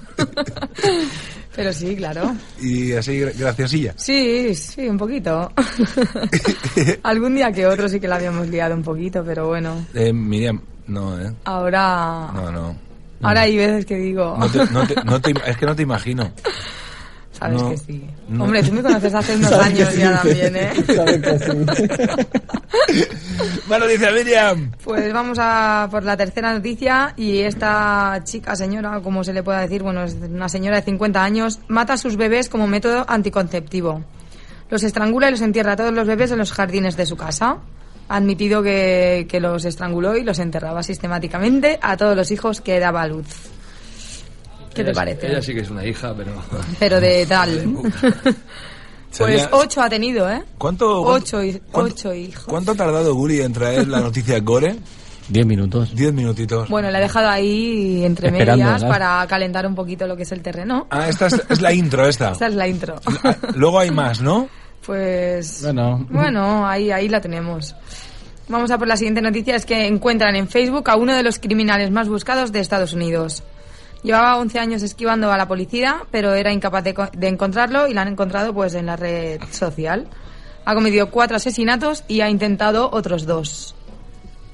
Pero sí, claro. y así gra- graciosilla. Sí, sí, un poquito. Algún día que otro sí que la habíamos liado un poquito, pero bueno. Eh, Miriam, no, ¿eh? Ahora No, no. Ahora hay veces que digo... No te- no te- no te im- es que no te imagino. Sabes No, que sí. no. Hombre, tú me conoces hace unos Sabes que años sí. ya también, ¿eh? Bueno, dice Miriam. Pues vamos a por la tercera noticia y esta chica, señora, como se le pueda decir, bueno, es una señora de 50 años, mata a sus bebés como método anticonceptivo. Los estrangula y los entierra a todos los bebés en los jardines de su casa. Ha admitido que, que los estranguló y los enterraba sistemáticamente a todos los hijos que daba a luz. ¿Qué te Ella- parece? Ella sí que es una hija, pero. Pero de tal. Pues Sabía- ocho ha tenido, ¿eh? ¿Cuánto, cuánto- Ocho, hi- cuánto- ocho hijos. cuánto ha tardado Guri en traer la noticia Gore? Diez minutos. Diez minutitos. Bueno, la he dejado ahí entre Esperando, medias ¿no? para calentar un poquito lo que es el terreno. Ah, esta es, es la intro, esta. Esta es la intro. Luego hay más, ¿no? Pues Bueno. bueno, ahí, ahí la tenemos. Vamos a por la siguiente noticia, es que encuentran en Facebook a uno de los criminales más buscados de Estados Unidos. Llevaba 11 años esquivando a la policía, pero era incapaz de, co- de encontrarlo y la han encontrado pues en la red social. Ha cometido cuatro asesinatos y ha intentado otros dos.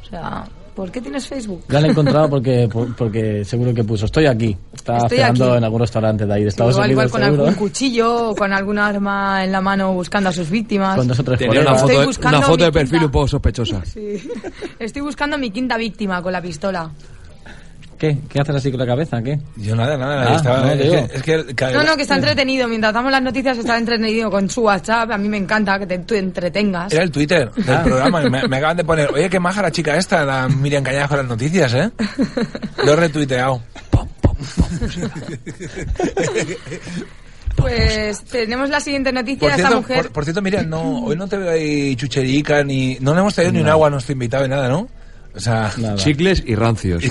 O sea, ¿por qué tienes Facebook? Ya la he encontrado porque, por- porque seguro que puso. Estoy aquí. Estaba Estoy esperando aquí. en algún restaurante de ahí de Igual, Estados igual Unidos. con seguro. algún cuchillo o con algún arma en la mano buscando a sus víctimas. Con dos o tres Tenía una colegas. foto, Estoy de- buscando una foto mi de perfil un poco sospechosa. Sí. Estoy buscando a mi quinta víctima con la pistola. ¿Qué? ¿Qué haces así con la cabeza? ¿Qué? Yo nada, nada. nada, estaba- es que- es que el- No, no, que está entretenido. Mientras damos las noticias está entretenido con su WhatsApp. A mí me encanta que te, tú entretengas. Era el Twitter del Ah. programa y me, me acaban de poner, oye, qué maja la chica esta, la Miriam Cañas con las noticias, ¿eh? Lo he retuiteado. Pues tenemos la siguiente noticia. Por Esta cierto, mujer... por, por cierto, Miriam, no, hoy no te veo ahí chucherica ni... No le hemos traído ni un agua a nuestro invitado ni nada, ¿no? O sea... Chicles y rancios.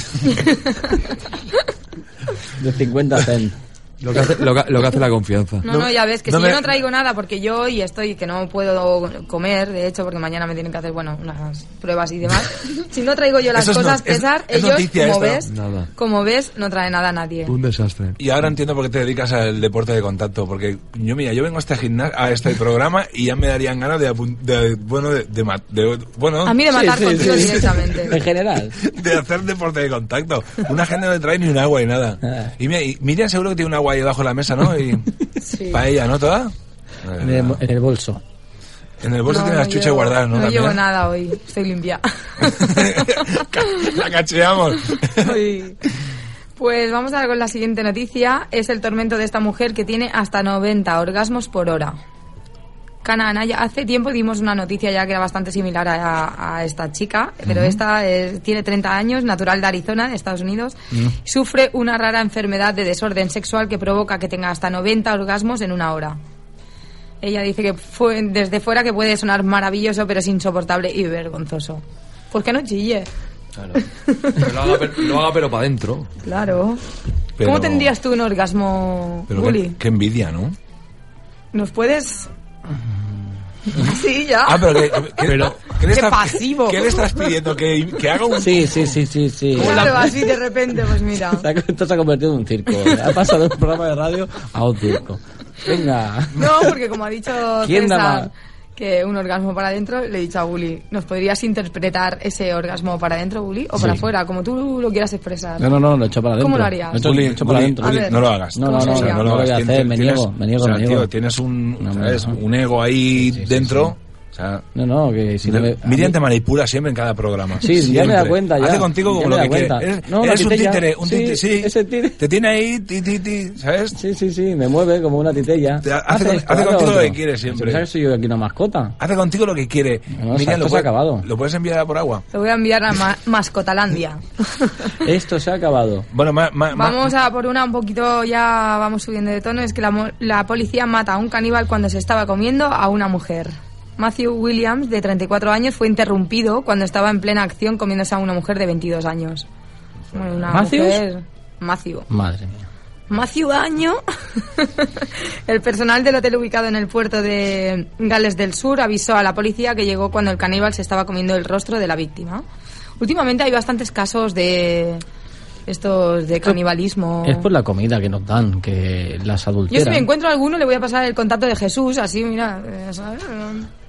De 50 cent. Lo que hace, lo que- lo que hace la confianza. No, no, ya ves que no si me- yo no traigo nada porque yo hoy estoy que no puedo comer, de hecho, porque mañana me tienen que hacer, bueno, unas pruebas y demás. si no traigo yo las Eso es no- cosas, es- pesar, es ellos, noticia como esta. ves, Nada. como ves, no trae nada a nadie. Un desastre. Y ahora entiendo por qué te dedicas al deporte de contacto, porque yo mira, yo vengo a este gimna- a este programa y ya me darían ganas de, apun- de- bueno de, de ma- de- bueno A mí de matar contigo directamente. En general. de hacer deporte de contacto. Una gente no le trae ni un agua y Ah. nada. Y, mira, y Miriam seguro que tiene un agua ahí debajo de la mesa, ¿no? Y Sí. para ella, ¿no toda? En el, en el bolso. En el bolso No, tiene no las chuches llevo- guardadas, ¿no? No También. llevo nada hoy, estoy limpia. La cacheamos. Uy. Pues vamos ahora con la siguiente noticia. Es el tormento de esta mujer que tiene hasta 90 orgasmos por hora. Cana Anaya, hace tiempo dimos una noticia ya que era bastante similar a, a esta chica, pero Ujú. esta es- tiene 30 años, natural de Arizona, de Estados Unidos. Sufre una rara enfermedad de desorden sexual que provoca que tenga hasta 90 orgasmos en una hora. Ella dice que fue, desde fuera que puede sonar maravilloso, pero es insoportable y vergonzoso. ¿Por qué no chille? Que Lo haga, pero- lo haga pero para adentro. Claro. Pero- ¿Cómo tendrías tú un orgasmo, Pero qué, Guli? qué envidia, ¿no? ¿Nos puedes...? Sí, ya. Ah, pero que, que- que le Qué estás- pasivo. ¿Qué le estás pidiendo? Que, que haga un... Sí, sí, sí, sí, sí. Claro, así de repente, pues mira. Se ha- Esto se ha convertido en un circo. Ha pasado de un programa de radio a un circo. Venga. No, porque como ha dicho ¿Quién da César más? que un orgasmo para adentro, le he dicho a Guli, ¿nos podrías interpretar ese orgasmo para adentro, Guli? O para Sí. afuera, como tú lo quieras expresar. No, no, no, lo he hecho para adentro. ¿Cómo lo harías? Lo he hecho, Juli, lo he hecho para Juli, adentro. Juli, A ver, no lo hagas. No, no, O no, sea, no, lo lo voy hagas. a Tien- hacer, me tienes- niego, me niego, o sea, me niego. tío, tienes un, No, ¿sabes? no, no. un ego ahí dentro. O sea, No, no, que si no me- a Miriam mí- te manipula siempre en cada programa. Sí, ya me da Siempre. cuenta, ya. Hace contigo Ya como me lo da que cuenta. quiere. Eres, No, eres la un titella. títere, un Sí, títere, sí. ese títere. Te tiene ahí, ti, ti, ti, ¿sabes? Sí, sí, sí, me mueve como una titella. Ah, hace con- esto, hace contigo otro. lo que quiere siempre. Se piensa que soy yo aquí una mascota. Hace contigo lo que quiere. No, Miriam, esto lo se ha puedes, acabado. lo puedes enviar por agua. Te voy a enviar a ma- Mascotalandia. Esto se ha acabado. Bueno, más, más, Vamos a por una un poquito, ya vamos subiendo de tono. Es que la, mo- la policía mata a un caníbal cuando se estaba comiendo a una mujer. Matthew Williams, de 34 años, fue interrumpido cuando estaba en plena acción comiéndose a una mujer de 22 años. Bueno, una ¿Matthews? mujer- Matthew. Madre mía. Matthew Año. el personal del hotel ubicado en el puerto de Gales del Sur avisó a la policía que llegó cuando el caníbal se estaba comiendo el rostro de la víctima. Últimamente hay bastantes casos de estos de canibalismo. Es por la comida que nos dan, que las Yo adulteran. si me encuentro alguno le voy a pasar el contacto de Jesús, así mira, eh, ¿sabes?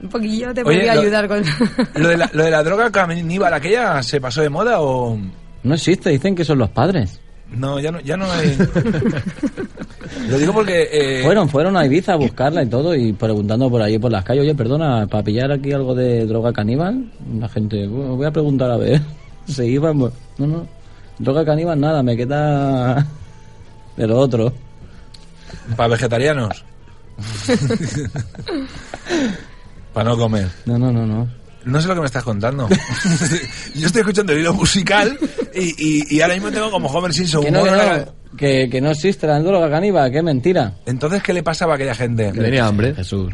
un poquillo te Oye, podría lo- ayudar con... ¿Lo de, la, lo de la droga caníbal aquella se pasó de moda o...? No existe, dicen que son los padres. No, ya no, ya no hay. Lo digo porque. eh, Fueron, fueron a Ibiza a buscarla y todo, y preguntando por ahí por las calles, oye, perdona, para pillar aquí algo de droga caníbal, la gente, "Bueno, voy a preguntar a ver. Se iban, no, no, droga caníbal nada, me queda de lo otro. Para vegetarianos. Para no comer. No, no, no, no. No sé lo que me estás contando. Yo estoy escuchando el hilo musical y, y- y ahora mismo tengo como Homer Simpson. Que un no, que huevo en la no, que, que no existe la droga caníbal, que es mentira. Entonces, ¿qué le pasaba a aquella gente? Que tenía hambre. Jesús.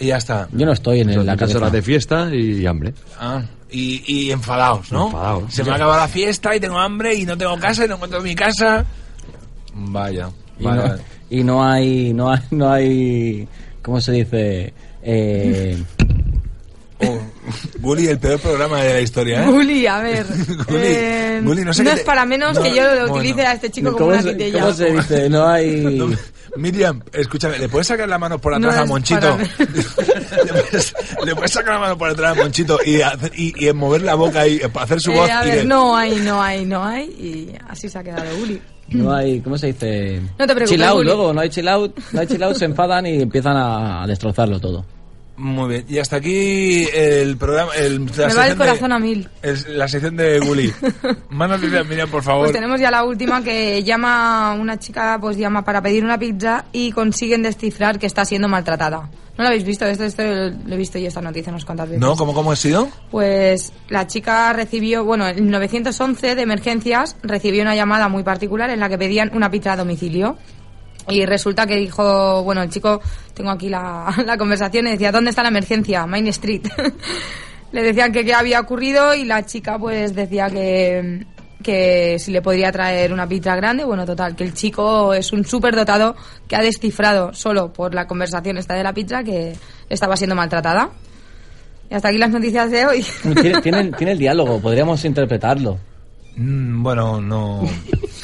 Y ya está. Yo no estoy en, el- la Muchas cabeza. horas de fiesta y hambre. Ah, y, y enfadados, ¿no? Enfadados. Se me ha acabado la fiesta y tengo hambre y no tengo casa y no encuentro mi casa. Vaya. Y, vaya. no, y no hay, no hay, no hay, ¿cómo se dice? Eh, Oh, Gulli, el peor programa de la historia, ¿eh? Gully, a ver. Gully, eh, Gully, no sé qué es te- para menos no, que yo lo bueno. utilice a este chico como ¿cómo, una se, titella. cómo se dice? No hay... No, Miriam, escúchame, ¿le puedes sacar la mano por atrás No a es Monchito? para ¿Le puedes, le puedes sacar la mano por atrás a Monchito y, hacer- y, y mover la boca y eh, para hacer su Eh, voz? a y ver, de- no hay, no hay, no hay. Y así se ha quedado Gully. No hay, ¿cómo se dice? No te preocupes, Chill out, Juli. luego, no hay chill out, no hay chill out, se enfadan y empiezan a, a destrozarlo todo. Muy bien, y hasta aquí el programa. El, la Me va el sección de- corazón a mil. es la sección de Gulli. Más noticias, Miriam, por favor. Pues tenemos ya la última que llama una chica, pues llama para pedir una pizza y consiguen descifrar que está siendo maltratada. ¿No lo habéis visto? Esto, esto lo he visto yo esta noticia unas cuantas veces. ¿No? ¿Cómo, cómo ha sido? Pues la chica recibió, bueno, el 911 de emergencias recibió una llamada muy particular en la que pedían una pizza a domicilio. Y resulta que dijo, bueno, el chico, tengo aquí la, la conversación, y decía, ¿dónde está la emergencia? Main Street. le decían que qué había ocurrido y la chica pues decía que, que si le podría traer una pizza grande. Bueno, total, que el chico es un superdotado que ha descifrado solo por la conversación esta de la pizza que estaba siendo maltratada. Y hasta aquí las noticias de hoy. Tiene, tiene, el- tiene el diálogo, podríamos interpretarlo. Mm, bueno, no.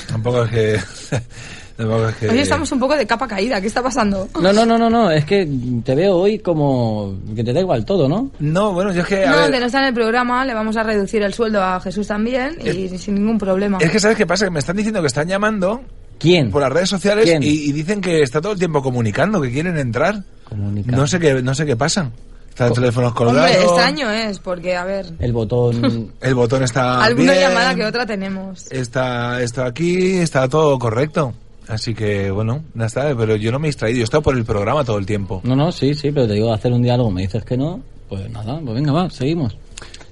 Tampoco es que. tampoco es que. Hoy estamos un poco de capa caída. ¿Qué está pasando? No, no, no, no, no, es que te veo hoy como que te da igual todo, ¿no? No, bueno, yo es que. a No, ver, que no está en el programa. Le vamos a reducir el sueldo a Jesús también y sin ningún problema. Es que, ¿sabes qué pasa? Que me están diciendo que están llamando ¿Quién? por las redes sociales ¿Quién? y, y dicen que está todo el tiempo comunicando, que quieren entrar. Comunica. No sé qué, no sé qué pasa. Están los teléfonos colgados. Hombre, extraño es, porque, a ver, El botón... El botón está. alguna bien, llamada que otra tenemos. Está, está aquí, está todo correcto. Así que, bueno, ya está, pero yo no me he distraído. Yo he estado por el programa todo el tiempo. No, no, sí, sí, pero te digo, hacer un diálogo, me dices que no, pues nada, pues venga, va, seguimos.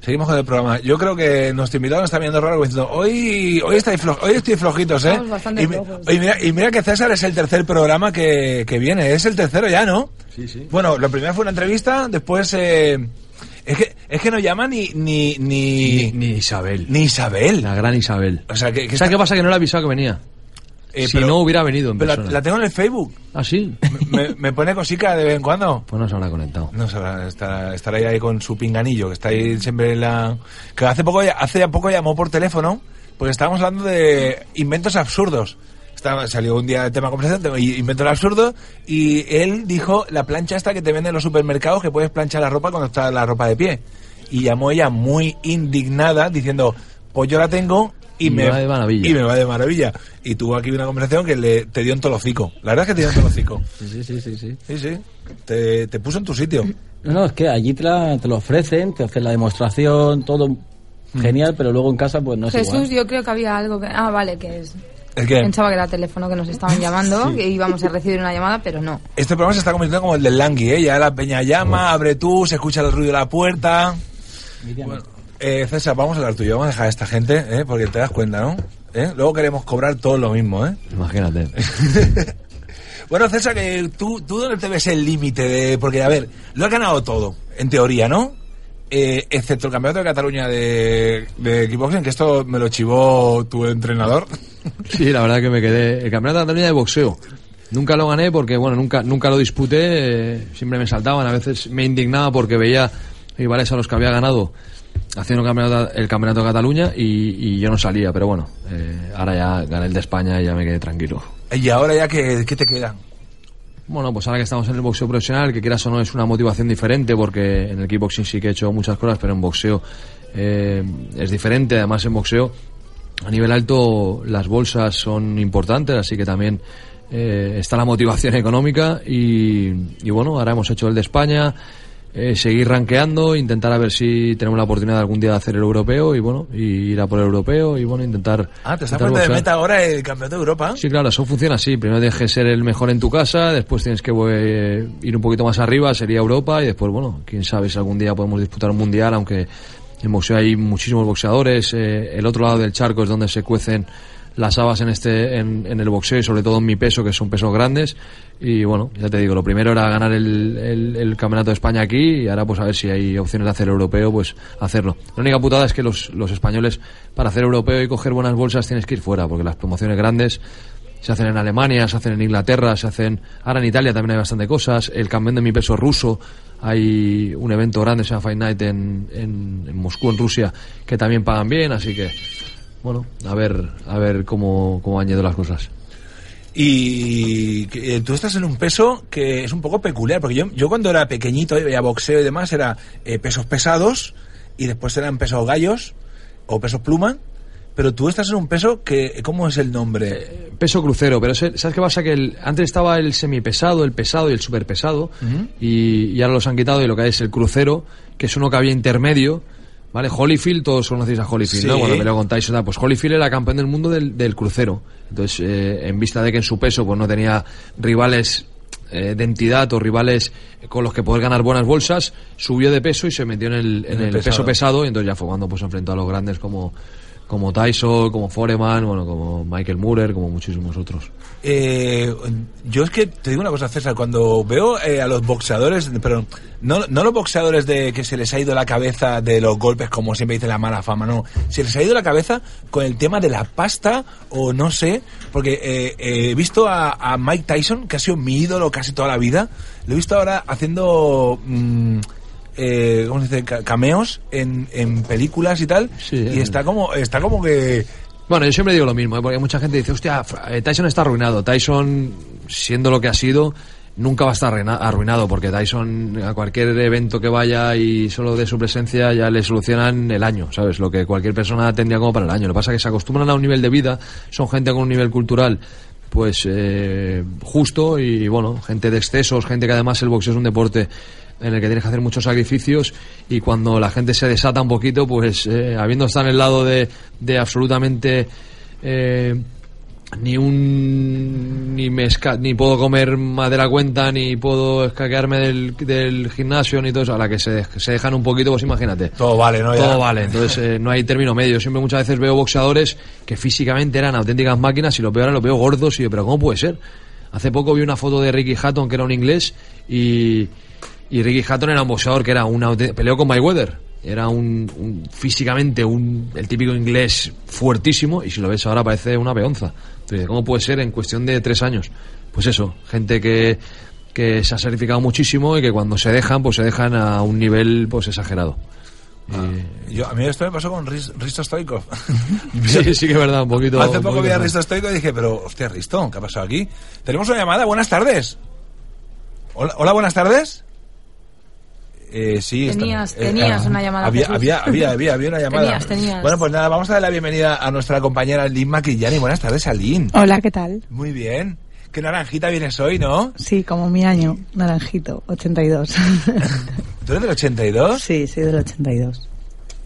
Seguimos con el programa. Yo creo que nuestro invitado nos está mirando raro como diciendo, hoy, hoy, estáis floj- hoy estoy flojitos, ¿eh? Estamos bastante y, mi- flojos. y mira, y mira que César es el tercer programa que, que viene. Es el tercero ya, ¿no? Sí, sí. Bueno, la primera fue una entrevista, después... eh, es, que, es que no llama ni, ni, ni, Ni, Isabel. ni Isabel. La gran Isabel. O sea, que... que ¿Sabes está- qué pasa? Que no le he avisado que venía. eh, si no hubiera venido en pero la, persona. la tengo en el Facebook. ¿Ah, sí? Me, me pone cosica de vez en cuando. Pues no se habrá conectado. No, sabrá, estará, estará ahí con su pinganillo, que está ahí siempre en la... Que hace poco, hace poco llamó por teléfono, porque estábamos hablando de inventos absurdos. Estaba, salió un día el tema de conversación, tema- y- inventos absurdos, y él dijo la plancha esta que te venden en los supermercados, que puedes planchar la ropa cuando está la ropa de pie. Y llamó ella muy indignada, diciendo, pues yo la tengo... Y, Y me me va de maravilla. Y me va de maravilla. Y tuvo aquí una conversación que le, te dio en tolocico. La verdad es que te dio en tolocico. Sí, sí, sí, sí, sí. Sí, sí. Te, te puso en tu sitio. No, no, es que allí te, la- te lo ofrecen, te hacen la demostración, todo genial, pero luego en casa pues no es Jesús, igual. yo creo que había algo que... Ah, vale, que es... Es que Pensaba que era el teléfono que nos estaban llamando, que íbamos a recibir una llamada, pero no. este programa se está convirtiendo como el del Langui, ¿eh? Ya la peña llama, abre tú, se escucha el ruido de la puerta. Bueno, eh, César, vamos a hablar tuyo, vamos a dejar a esta gente, ¿eh? Porque te das cuenta, ¿no? ¿Eh? Luego queremos cobrar todo lo mismo, ¿eh? Imagínate. Bueno, César, que tú, tú dónde te ves el límite de... Porque, a ver, lo has ganado todo, en teoría, ¿no? Eh, excepto el campeonato de Cataluña de, de kickboxing, que esto me lo chivó tu entrenador. Sí, la verdad que me quedé. El campeonato de Cataluña de boxeo. Nunca lo gané porque, bueno, nunca, nunca lo disputé. eh, siempre me saltaban. A veces me indignaba porque veía rivales a los que había ganado haciendo el campeonato, el campeonato de Cataluña y, y yo no salía. Pero bueno, eh, ahora ya gané el de España y ya me quedé tranquilo. Y ahora ya, que qué te queda? Bueno, pues ahora que estamos en el boxeo profesional, que quieras o no, es una motivación diferente, porque en el kickboxing sí que he hecho muchas cosas, pero en boxeo eh, es diferente. Además, en boxeo a nivel alto las bolsas son importantes, así que también eh, está la motivación económica y, y bueno, ahora hemos hecho el de España, eh, seguir rankeando, intentar a ver si tenemos la oportunidad algún día de hacer el europeo y bueno, y ir a por el europeo y bueno, intentar... Ah, te está intentar poniendo de boxear. meta ahora el campeón de Europa. Sí, claro, eso funciona así. Primero tienes que ser el mejor en tu casa, después tienes que eh, ir un poquito más arriba, sería Europa, y después, bueno, quién sabe si algún día podemos disputar un mundial, aunque en boxeo hay muchísimos boxeadores. eh, el otro lado del charco es donde se cuecen las habas en este en, en el boxeo y sobre todo en mi peso que son pesos grandes y bueno ya te digo lo primero era ganar el, el- el campeonato de España aquí y ahora pues a ver si hay opciones de hacer europeo pues hacerlo la única putada es que los, los españoles para hacer europeo y coger buenas bolsas tienes que ir fuera porque las promociones grandes se hacen en Alemania, se hacen en Inglaterra, se hacen ahora en Italia también hay bastante cosas. El campeón de mi peso ruso, hay un evento grande, se llama Fight Night en, en- en Moscú, en Rusia, que también pagan bien, así que bueno, a ver, a ver cómo, cómo han ido las cosas. Y que, eh, tú estás en un peso que es un poco peculiar, porque yo, yo cuando era pequeñito y veía boxeo y demás, era eh, pesos pesados y después eran pesos gallos o pesos pluma, pero tú estás en un peso que, ¿cómo es el Eh, nombre? Peso crucero, pero ese- ¿sabes qué pasa? Que el- antes estaba el semipesado, el pesado y el superpesado, y, y ahora los han quitado y lo que hay es el crucero, que es uno que había intermedio, ¿vale? Holyfield, todos conocéis a Holyfield, Sí. ¿no? Cuando peleó con Tyson, tal, pues Holyfield era campeón del mundo del, del crucero. Entonces, eh, en vista de que en su peso pues no tenía rivales eh, de entidad o rivales con los que poder ganar buenas bolsas, subió de peso y se metió en el, en En el el peso pesado. pesado, y entonces ya fue cuando pues se enfrentó a los grandes como como Tyson, como Foreman, bueno, como Michael Murer, como muchísimos otros. Eh, yo es que te digo una cosa, César, cuando veo eh, a los boxeadores, pero no, no los boxeadores de que se les ha ido la cabeza de los golpes, como siempre dice la mala fama, no, se les ha ido la cabeza con el tema de la pasta o no sé, porque eh, eh, he visto a, a Mike Tyson, que ha sido mi ídolo casi toda la vida, lo he visto ahora haciendo... mm, eh, ¿cómo se dice? Ca- cameos en, en películas y tal y eh. está como está como que Bueno, yo siempre digo lo mismo, ¿eh? porque mucha gente dice, hostia, Fra- eh, Tyson está arruinado. Tyson, siendo lo que ha sido, nunca va a estar arruina- arruinado, porque Tyson a cualquier evento que vaya y solo de su presencia ya le solucionan el año, ¿sabes? Lo que cualquier persona tendría como para el año. Lo que pasa es que se acostumbran a un nivel de vida, son gente con un nivel cultural pues eh, justo y bueno, gente de excesos, gente que además el boxeo es un deporte en el que tienes que hacer muchos sacrificios y cuando la gente se desata un poquito, pues eh, habiendo estado en el lado de, de absolutamente eh, ni un ni me esca- ni puedo comer más de la cuenta ni puedo escaquearme del, del gimnasio ni todo eso a la que se, dej- se dejan un poquito pues imagínate todo vale no Ya- todo vale, entonces eh, no hay término medio. Siempre muchas veces veo boxeadores que físicamente eran auténticas máquinas y lo peor ahora los veo gordos y yo, pero ¿cómo puede ser? Hace poco vi una foto de Ricky Hatton que era un inglés y, y Ricky Hatton era un boxeador que era un aute- peleó con Mayweather. Era un, un- físicamente un, el típico inglés fuertísimo y si lo ves ahora parece una peonza. Tú dices, ¿Cómo puede ser en cuestión de tres años? Pues eso, gente que, que se ha sacrificado muchísimo y que cuando se dejan, pues se dejan a un nivel pues exagerado. Yo, a mí esto me pasó con Ris- Risto Stoikov. Sí, sí que es verdad, un poquito. Hace un poco poquito vi a más. Risto Stoikov y dije, pero, hostia, Risto, ¿qué ha pasado aquí? Tenemos una llamada, buenas tardes. Hola, hola, buenas tardes. Eh, sí, está- Tenías- eh, tenías ah, una llamada, Había, Jesús. había, había, había, había una llamada. Tenías, tenías. Bueno, pues nada, vamos a darle la bienvenida a nuestra compañera Lynn Maquillani. Buenas tardes, a Lynn. Ah. Hola, ¿qué tal? Muy bien. Qué naranjita vienes hoy, ¿no? Sí, como mi año, naranjito, 82. ¿Tú eres del 82? Sí, soy del 82.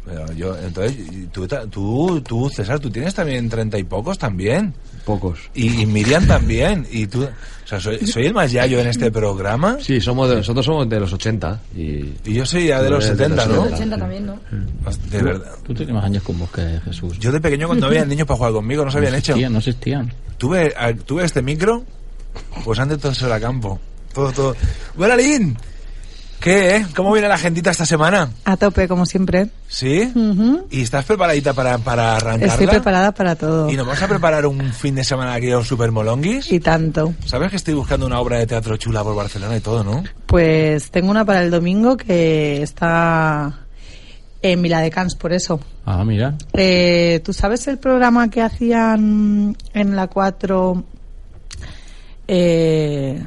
Bueno, yo, entonces, y tú, ta- tú, tú, César, tú tienes también treinta y pocos también. Pocos. Y, y Miriam también. Y tú, o sea, soy, soy el más yayo en este programa. Sí, somos de- nosotros somos de los 80. Y, Y yo soy ya de Tú los eres 70, ¿no? Mm. Pues, 80 también, ¿no? De verdad. Tú tienes más años con vos que Jesús. Yo de pequeño cuando había niños para jugar conmigo, no se habían hecho. existían, no existían. Tuve, a- tuve este micro, pues antes todo eso era campo. Todo, todo. Bueno, Lin, ¿qué, eh? ¿Cómo viene la agendita esta semana? A tope, como siempre. ¿Sí? Ujú. ¿Y estás preparadita para, para arrancarla? Estoy preparada para todo. ¿Y nos vamos a preparar un fin de semana aquí a los Supermolonguis? Y tanto. ¿Sabes que estoy buscando una obra de teatro chula por Barcelona y todo, no? Pues tengo una para el domingo que está en Viladecans, por eso. Ah, mira. Eh, ¿Tú sabes el programa que hacían en la 4? Eh,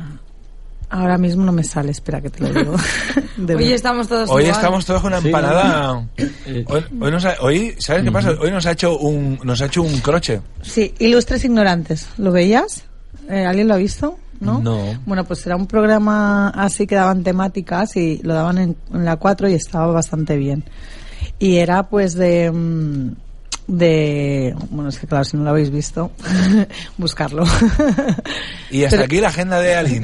Ahora mismo no me sale, espera que te lo digo. De Hoy verdad. estamos todos Hoy igual. estamos todos con una Sí. empanada. Eh, Hoy, hoy nos ha- hoy- ¿sabes qué pasa? Hoy nos ha hecho un, nos ha hecho un croche. Sí, Ilustres Ignorantes. ¿Lo veías? Eh, ¿Alguien lo ha visto? ¿No? No. Bueno, pues era un programa así que daban temáticas y lo daban en, en la 4 y estaba bastante bien. Y era pues de... mm, de bueno es que claro si no lo habéis visto buscarlo Y hasta Pero- aquí la agenda de alguien.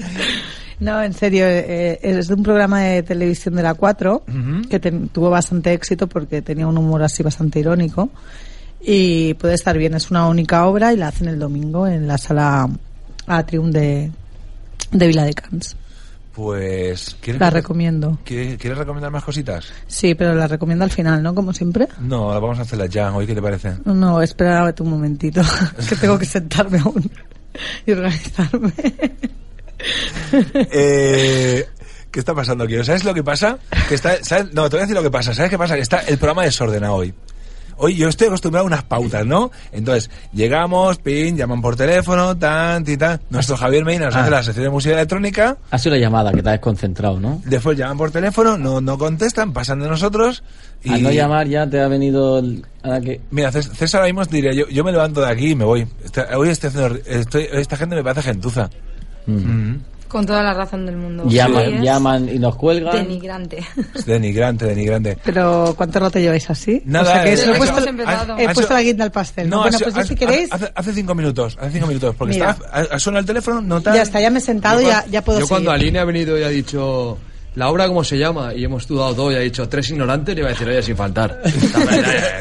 no en serio eh, es de un programa de televisión de la 4 que ten- tuvo bastante éxito porque tenía un humor así bastante irónico y puede estar bien. Es una única obra y la hacen el domingo en la sala Atrium de, de Vila de Cans. Pues. ¿quieres La que- recomiendo. ¿Quieres quieres recomendar más cositas? Sí, pero la recomiendo al final, ¿no? Como siempre. No, vamos a hacerlas ya. Hoy, ¿qué te parece? No, espera un momentito, que tengo que sentarme aún y organizarme. Eh, ¿Qué está pasando aquí? ¿Sabes lo que pasa? Que está, ¿sabes? No, te voy a decir lo que pasa. ¿Sabes qué pasa? Que está el programa desordenado hoy. Hoy yo estoy acostumbrado a unas pautas, ¿no? Entonces, llegamos, pin, llaman por teléfono, tan, ti, tan. Nuestro Javier Medina nos Ah. hace la sección de música electrónica. Ha sido la llamada que te has desconcentrado, ¿no? Después llaman por teléfono, no, no contestan, pasan de nosotros. Y... Al no llamar ya te ha venido el- ahora que... Mira, Cés- César ahora mismo diría, yo, yo me levanto de aquí y me voy. Está- hoy estoy haciendo- estoy- esta gente me parece gentuza. Mm. Con toda la razón del mundo. Llaman, Sí, es llaman y nos cuelgan. Denigrante. Es denigrante, denigrante. Pero ¿cuánto rato lleváis así? Nada, o sea que eh, lo he ha puesto, sido- empezado. he ha puesto sido- la guinda al pastel. ¿no? ha bueno, sido- pues yo ha- si queréis, Hace, hace cinco minutos, hace cinco minutos, porque Mira. estaba- ha- ha- suena el teléfono, no tal. ya está, ya me he sentado, Yo Ah, ya, cuan- ya puedo Yo cuando seguir. Aline ha venido y ha dicho... ¿La obra cómo se llama? Y hemos dudado todo y ha dicho tres ignorantes y iba a decir, oye, sin faltar. eh,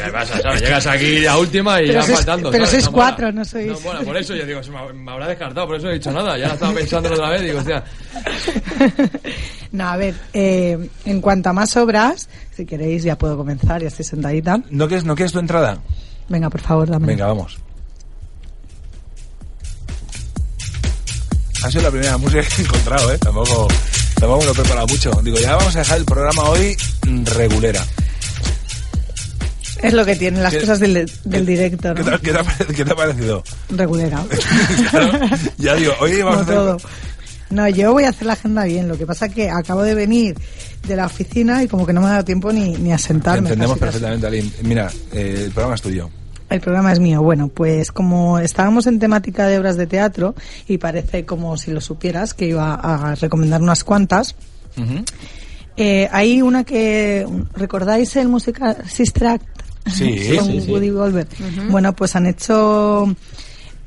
¿Qué pasa? ¿sabes? Llegas aquí a última y Pero ya sois- faltando. pero ¿sabes? sois No mola. cuatro, no sois... No, bueno, por eso yo digo, se me, me habrá descartado, por eso no he dicho nada. Ya la estaba pensando otra vez, digo, hostia. No, a ver, eh, en cuanto a más obras, si queréis ya puedo comenzar, ya estoy sentadita. ¿No quieres, ¿No quieres tu entrada? Venga, por favor, dame. Venga, vamos. Ha sido la primera música que he encontrado, ¿eh? Tampoco, tampoco me lo he preparado mucho. Digo, ya vamos a dejar el programa hoy mm, regulera. Es lo que tienen las ¿Qué- cosas del, del directo, ¿Qué ¿no? te, qué te ha, pare- qué te ha parecido? Regulera. Ya digo, hoy vamos Como a todo. hacer... No, yo voy a hacer la agenda bien. Lo que pasa que acabo de venir de la oficina y como que no me ha dado tiempo ni, ni a Te sentarme. entendemos casi, casi. perfectamente, Aline. Mira, eh, el programa es tuyo. El programa es mío. Bueno, pues como estábamos en temática de obras de teatro y parece como si lo supieras que iba a recomendar unas cuantas, eh, hay una que recordáis el musical Sister Act Sí, con sí, sí. Woody Wolver. Bueno, pues han hecho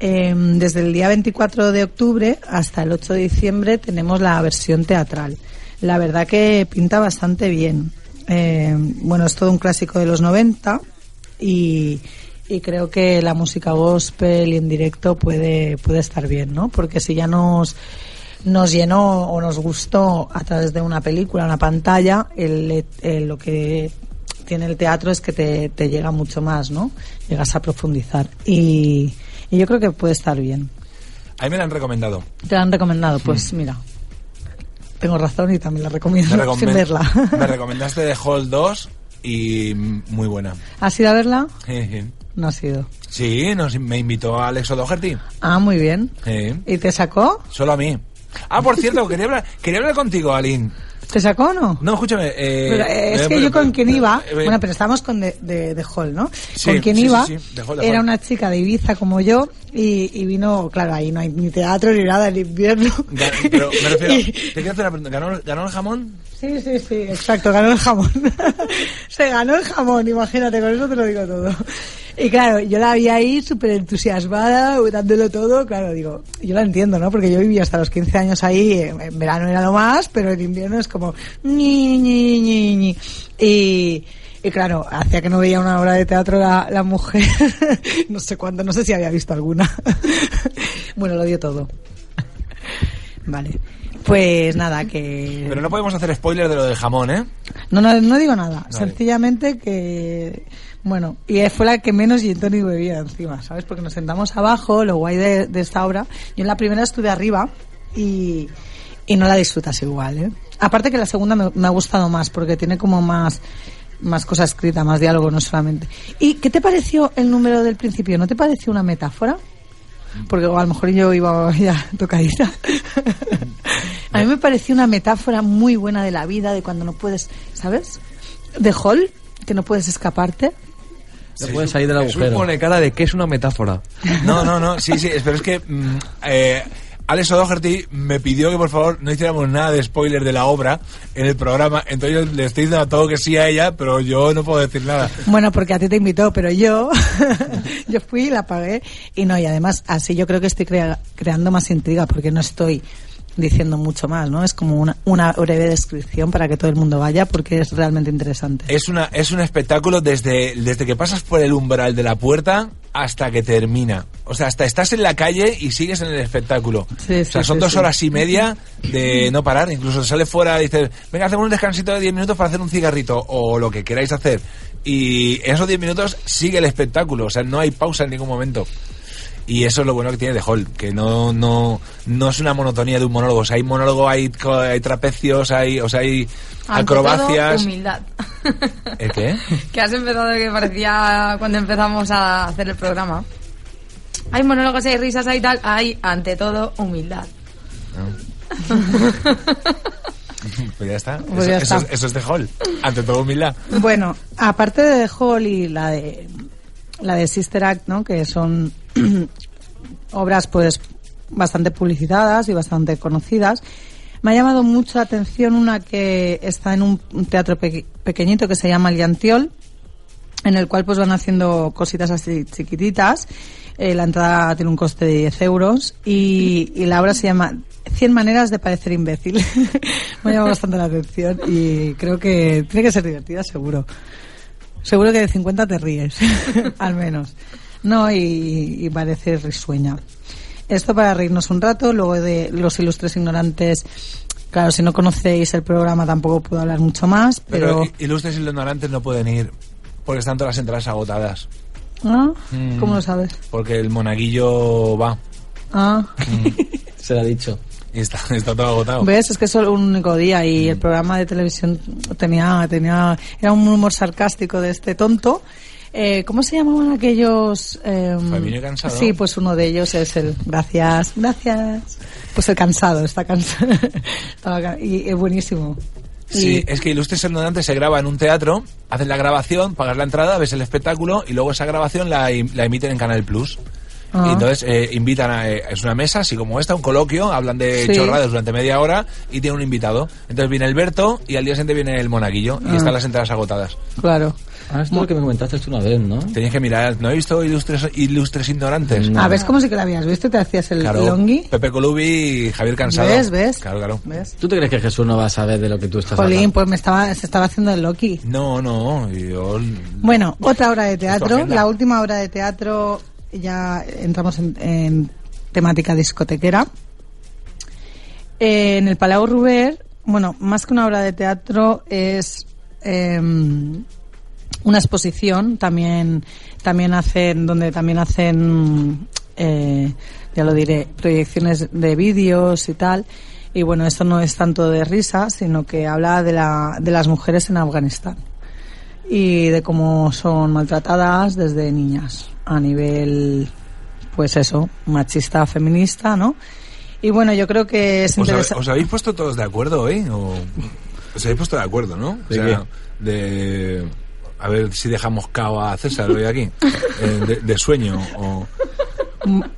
eh, desde el día 24 de octubre hasta el 8 de diciembre tenemos la versión teatral. La verdad que pinta bastante bien. Eh, bueno, es todo un clásico de los 90 y, y creo que la música gospel y en directo puede, puede estar bien, ¿no? Porque si ya nos, nos llenó o nos gustó a través de una película, una pantalla, el- el- lo que tiene el teatro es que te, te llega mucho más, ¿no? Llegas a profundizar. Y, y yo creo que puede estar bien. A mí me la han recomendado. Te la han recomendado, pues mira. Tengo razón y también la recomiendo Me, recomen- sin verla. me recomendaste de Hall 2 y mm, muy buena. ¿Has ido a verla? Jeje. No has ido. Sí, nos, me invitó a Alex O'Doherty. Ah, muy bien. Sí, ¿Y te sacó? solo a mí. Ah, por cierto, quería hablar, quería hablar contigo, Aline. ¿Te sacó o no? No, escúchame. eh, Pero, eh, es eh, que pero- yo con quien iba, eh, bueno, pero estábamos con de, de, de Hall, ¿no? Sí, con quien sí, sí, iba, sí, de Hall, de era Hall. una chica de Ibiza como yo y, y vino, claro, ahí no hay ni teatro ni nada, el invierno. ga- pero me refiero, Y- te quiero hacer una pregunta. ¿Ganó, ganó el jamón? Sí, sí, sí, exacto, ganó el jamón. Se ganó el jamón, imagínate, con eso te lo digo todo. Y claro, yo la vi ahí súper entusiasmada, dándolo todo, claro, digo, yo la entiendo, ¿no? Porque yo viví hasta los 15 años ahí, en en verano era lo más, pero en invierno es como ni, ni, ni, ni. Y, y claro, hacía que no veía una obra de teatro la, la mujer, no sé cuándo, no sé si había visto alguna. bueno, lo dio todo. Vale. Pues nada, que... Pero no podemos hacer spoiler de lo del jamón, ¿eh? No, no, no digo nada. Sencillamente que. Bueno, y fue la que menos gin tonic bebía encima, ¿sabes? Porque nos sentamos abajo, lo guay de, de esta obra. Yo en la primera estuve arriba y, y no la disfrutas igual, ¿eh? Aparte que la segunda me, me ha gustado más porque tiene como más más cosa escrita, más diálogo, no solamente. ¿Y qué te pareció el número del principio? ¿No te pareció una metáfora? porque a lo mejor yo iba ya tocadita. a mí me pareció una metáfora muy buena de la vida, de cuando no puedes, ¿sabes? De Hall, que no puedes escaparte. Se puede salir del Jesús agujero. pone cara de que es una metáfora. No, no, no, sí, sí, es- pero es que mm, eh, Alex O'Doherty me pidió que por favor no hiciéramos nada de spoiler de la obra en el programa, entonces yo le estoy diciendo a todo que sí a ella, pero yo no puedo decir nada. Bueno, porque a ti te invitó, pero yo, yo fui, la pagué y no, y además así yo creo que estoy crea- creando más intriga porque no estoy diciendo mucho más, ¿no? Es como una, una breve descripción para que todo el mundo vaya porque es realmente interesante. Es, una, es un espectáculo desde, desde que pasas por el umbral de la puerta hasta que termina. O sea, hasta estás en la calle y sigues en el espectáculo. Sí, o sea, sí, son sí, dos sí. horas y media de no parar. Incluso sale fuera y dices, venga, hacemos un descansito de 10 minutos para hacer un cigarrito o lo que queráis hacer. Y esos 10 minutos sigue el espectáculo. O sea, no hay pausa en ningún momento. Y eso es lo bueno que tiene de Hall, que no, no, no es una monotonía de un monólogo. O sea, hay monólogo, hay, co- hay trapecios, hay, o sea, hay Ante todo, acrobacias. humildad. Eh. ¿El ¿Eh, qué? Que has empezado que parecía cuando empezamos a hacer el programa. Hay monólogos, hay risas, hay tal. Hay, ante todo, humildad. Ah. Pues ya está. Pues eso, ya eso está. es- eso es de Hall. Ante todo, humildad. Bueno, aparte de Hall y la de la de Sister Act, ¿no? Que son obras pues bastante publicitadas y bastante conocidas. Me ha llamado mucho la atención una que está en un un teatro peque- pequeñito que se llama El Llantiol, en el cual pues van haciendo cositas así chiquititas. Eh, la entrada tiene un coste de 10 euros y, y la obra se llama 100 maneras de parecer imbécil. Me ha llamado bastante la atención y creo que tiene que ser divertida, seguro. Seguro que de 50 te ríes, al menos. No, y, y parece risueña. Esto para reírnos un rato, luego de los ilustres ignorantes. Claro, si no conocéis el programa tampoco puedo hablar mucho más, Pero, pero... i- ilustres y los ignorantes no pueden ir porque están todas las entradas agotadas. ¿Ah? Mm. ¿Cómo lo sabes? Porque el monaguillo va. Ah. Se lo ha dicho. Y está, está todo agotado. ¿Ves? Es que es solo un único día y Mm. el programa de televisión tenía, tenía era un humor sarcástico de este tonto. Eh, ¿Cómo se llamaban aquellos? eh, Fabinho y Cansado. Sí, pues uno de ellos es el. Gracias, gracias. Pues el cansado, está cansado. Estaba ca- y es buenísimo. Sí, es que Ilustres y los ignorantes se graba en un teatro, haces la grabación, pagas la entrada, ves el espectáculo y luego esa grabación la, im- la emiten en Canal Plus. Ah. Y entonces eh, invitan a eh, es una mesa así como esta, un coloquio, hablan de Sí. chorradas durante media hora y tiene un invitado. Entonces viene el Berto y al día siguiente viene el monaguillo y Ah. están las entradas agotadas. Claro. Ah, esto es lo que me comentaste tú una vez, ¿no? Tenías que mirar, no he visto ilustres, ilustres ignorantes. A ver, es como si que lo habías visto, te hacías el Claro, longi. Pepe Colubi y Javier Cansado. ¿Ves? ¿Ves? Claro, claro. ¿Ves? ¿Tú te crees que Jesús no va a saber de lo que tú estás Jolín, hablando? pues me estaba, se estaba haciendo el Loki. No, no, yo... Bueno, otra obra de Esto teatro, agenda. la última obra de teatro, ya entramos en, en temática discotequera. Eh, en el Palau Ruber, bueno, más que una obra de teatro, es eh, una exposición, también, también hacen, donde también hacen, eh, ya lo diré, proyecciones de vídeos y tal. Y bueno, esto no es tanto de risa, sino que habla de, la, de las mujeres en Afganistán y de cómo son maltratadas desde niñas a nivel pues eso machista feminista no y bueno yo creo que es ¿Os, habe- interesante os habéis puesto todos de acuerdo hoy? ¿O os habéis puesto de acuerdo, no? ¿De o sea, de... A ver si dejamos cao a César hoy aquí. Eh, de, de sueño o... Mm.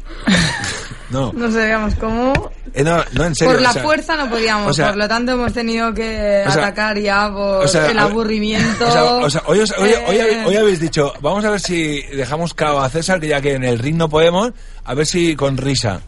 No, No sabíamos cómo. eh, no, no, en serio. por la o sea, fuerza no podíamos, o sea- por lo tanto hemos tenido que o sea- atacar ya por o sea, el a- aburrimiento. O sea, o sea, hoy, os- hoy- Eh, hoy habe- hoy habéis dicho, vamos a ver si dejamos cao a César, que ya que en el ring no podemos, a ver si con risa.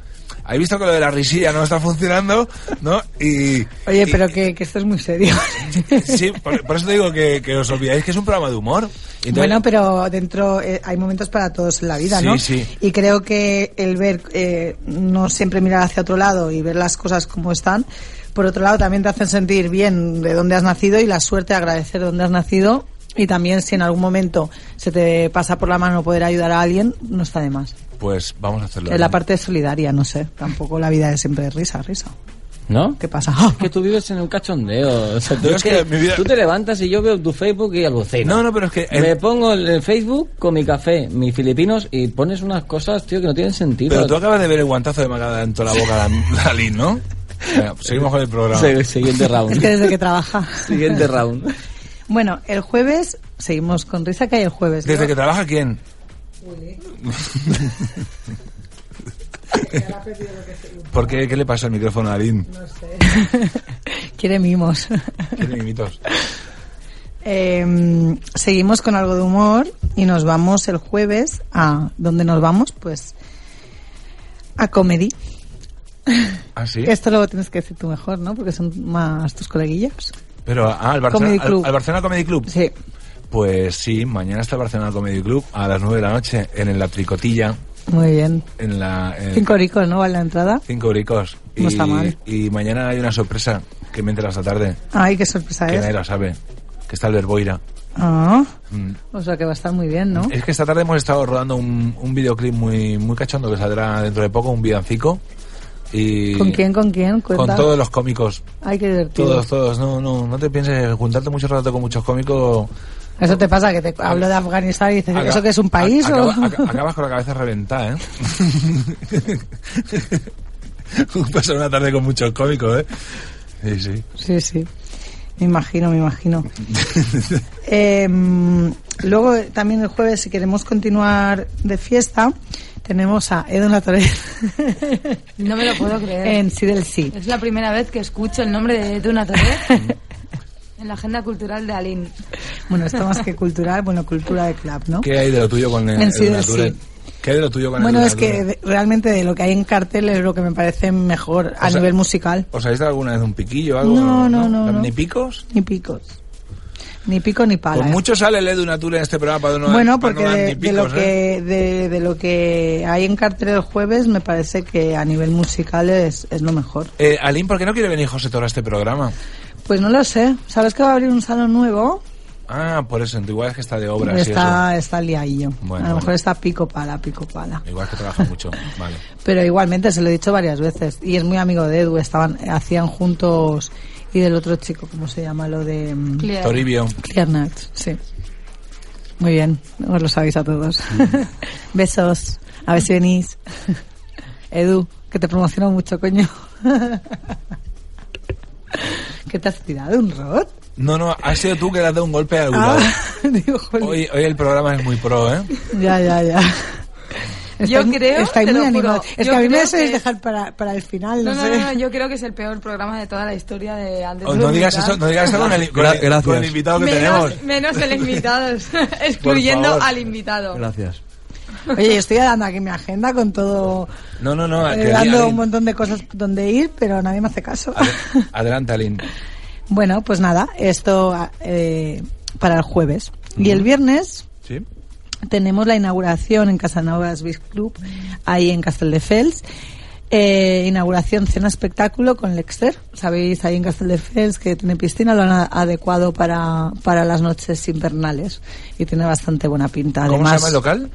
Habéis visto que lo de la risilla no está funcionando, ¿no? Y, oye pero que, que esto es muy serio Sí, por, por eso te digo que, que os olvidáis que es un programa de humor. Entonces- bueno pero dentro eh, hay momentos para todos en la vida Sí, no sí. y creo que el ver eh, no siempre mirar hacia otro lado y ver las cosas como están por otro lado también te hacen sentir bien de dónde has nacido y la suerte de agradecer dónde has nacido y también si en algún momento se te pasa por la mano poder ayudar a alguien no está de más Pues vamos a hacerlo. Es la parte solidaria, no sé. Tampoco la vida es siempre risa, risa. ¿No? ¿Qué pasa? ¡Ah! que tú vives en un cachondeo. O sea, tú, Yo es te, que mi vida- tú te levantas y yo veo tu Facebook y alucino. No, no, pero es que. Me pongo el el Facebook con mi café, mis filipinos y pones unas cosas, tío, que no tienen sentido. Pero tú acabas de ver el guantazo de Macada en toda la boca de Dalí, ¿no? Venga, seguimos con el programa. Sí, siguiente Es que desde que trabaja. Siguiente round. Bueno, el jueves, seguimos con risa que hay el jueves. ¿Desde ¿no? que trabaja quién? ¿Por qué? ¿Qué le pasa al micrófono a Darín? Quiere mimos. Tiene mimitos. Eh, seguimos con algo de humor y nos vamos el jueves a... ¿Dónde nos vamos? Pues a Comedy. ¿Ah, sí? Esto lo tienes que decir tú mejor, ¿no? Porque son más tus coleguillas. Pero ah, al, Comedy Barcelona, al- Club. al Barcelona Comedy Club. Sí. Pues sí, mañana está el Barcelona Comedy Club a las 9 de la noche en la tricotilla. Muy bien. En la, en- Cinco ricos, ¿no? Vale la entrada. cinco euricos. No está mal. Y mañana hay una sorpresa que me entra esta tarde. Ay, qué sorpresa Que nadie es. lo sabe. Que está Albert Boira. Ah, Mm. o sea que va a estar muy bien, ¿no? Es que esta tarde hemos estado rodando un, un videoclip muy, muy cachondo que saldrá dentro de poco, un villancico. Y ¿Con quién, Pues con quién? Con Cuenta. todos los cómicos. Ay, qué divertido. Todos, todos. No, no, no te pienses juntarte mucho rato con muchos cómicos. Eso te pasa, que te hablo de Afganistán y dices, Acaba- ¿eso que es un país a- o...? acaba- aca- acabas con la cabeza reventada, ¿eh? Pasar una tarde con muchos cómicos, ¿eh? Sí, sí. Sí, sí. Me imagino, me imagino. Em, luego, eh, también el jueves, si queremos continuar de fiesta, tenemos a Edon La Torre No me lo puedo creer. en Sí del Sí. Es la primera vez que escucho el nombre de Duna Torre en la agenda cultural de Alín. Bueno, esto más que cultural, bueno, cultura de club, ¿no? ¿Qué hay de lo tuyo con el, En sí el del Nature? sí. ¿Qué hay de lo tuyo con el Bueno, es Nature? que de- realmente de lo que hay en cartel es lo que me parece mejor a O sea- nivel musical. ¿Os habéis dado alguna vez un piquillo o algo? No, no, no, no. ¿Ni picos? Ni picos. Ni pico ni pala. Pues ¿eh? mucho sale el Edu Nature en este programa para no bueno, para no porque dar de, ni de lo picos, ¿eh? que, de, de lo que hay en cartel el jueves me parece que a nivel musical es, es lo mejor. Eh, Alín, ¿por qué no quiere venir José Toro a este programa? Pues no lo sé. ¿Sabes que va a abrir un salón nuevo? Ah, por eso, igual es que está de obras está, está liadillo. Bueno, a lo mejor bueno. Eh. está pico pala, pico pala. y eso. Igual que trabaja mucho, vale. Pero igualmente, se lo he dicho varias veces. Y es muy amigo de Edu. Estaban, hacían juntos y del otro chico, ¿cómo se llama? Lo de... mm, Toribio. Clear Nuts, sí. Muy bien, os lo sabéis a todos. Mm. Besos, a ver si venís. Edu, que te promociono mucho, coño. ¿Qué te has tirado? ¿Un rot? No, no, ha sido tú que le has dado un golpe al Ah, pues- Gulao. digo, jolín. Hoy, hoy el programa es muy pro, ¿eh? Ya, ya, ya. Yo Estáis- creo, Estáis muy te lo juro, animados. Es yo que a mí me creo deseáis que- dejar para, para el final, no, No, no, sé. no, no, yo creo que es el peor programa de toda la historia de Andes. Oh, no digas eso, no digas eso con el, con el- Gracias. con el invitado que menos, tenemos. menos el invitado, excluyendo favor. al invitado. Gracias. Oye, yo estoy dando aquí mi agenda con todo, No, no, no. eh, que dando Alín- un montón de cosas donde ir, pero nadie me hace caso. Adelante, Alín. Bueno, pues nada, esto eh, para el jueves. Y el viernes ¿Sí? tenemos la inauguración en Casanovas Beach Club, ahí en Castelldefels. Eh, inauguración cena espectáculo con Lexter. Sabéis, ahí en Castelldefels que tiene piscina, lo han a- adecuado para, para las noches invernales y tiene bastante buena pinta. ¿Cómo se Además, llama el local?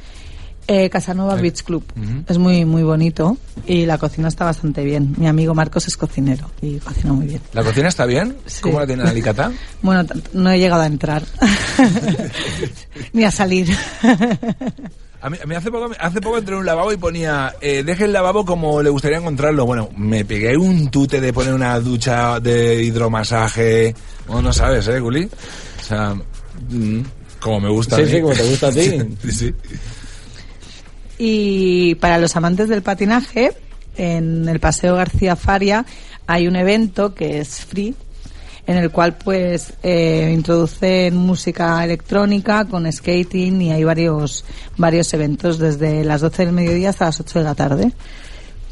eh, Casanova Beach Club. Ujú. Es muy, muy bonito y la cocina está bastante bien. Mi amigo Marcos es cocinero y cocina muy bien. ¿La cocina está bien? Sí. ¿Cómo la tiene Alicata? Bueno, t- no he llegado a entrar. Ni a salir. A mí, a mí hace, poco, hace poco entré en un lavabo y ponía, eh, deje el lavabo como le gustaría encontrarlo. Bueno, me pegué un tute de poner una ducha de hidromasaje. Bueno, no sabes, ¿eh, Guli? O sea, mm, como me gusta. a Sí, mí. sí, como te gusta a ti. sí, sí. y para los amantes del patinaje, en el Paseo García Faria hay un evento que es free, en el cual pues eh, introducen música electrónica con skating y hay varios, varios eventos desde las 12 del mediodía hasta las 8 de la tarde.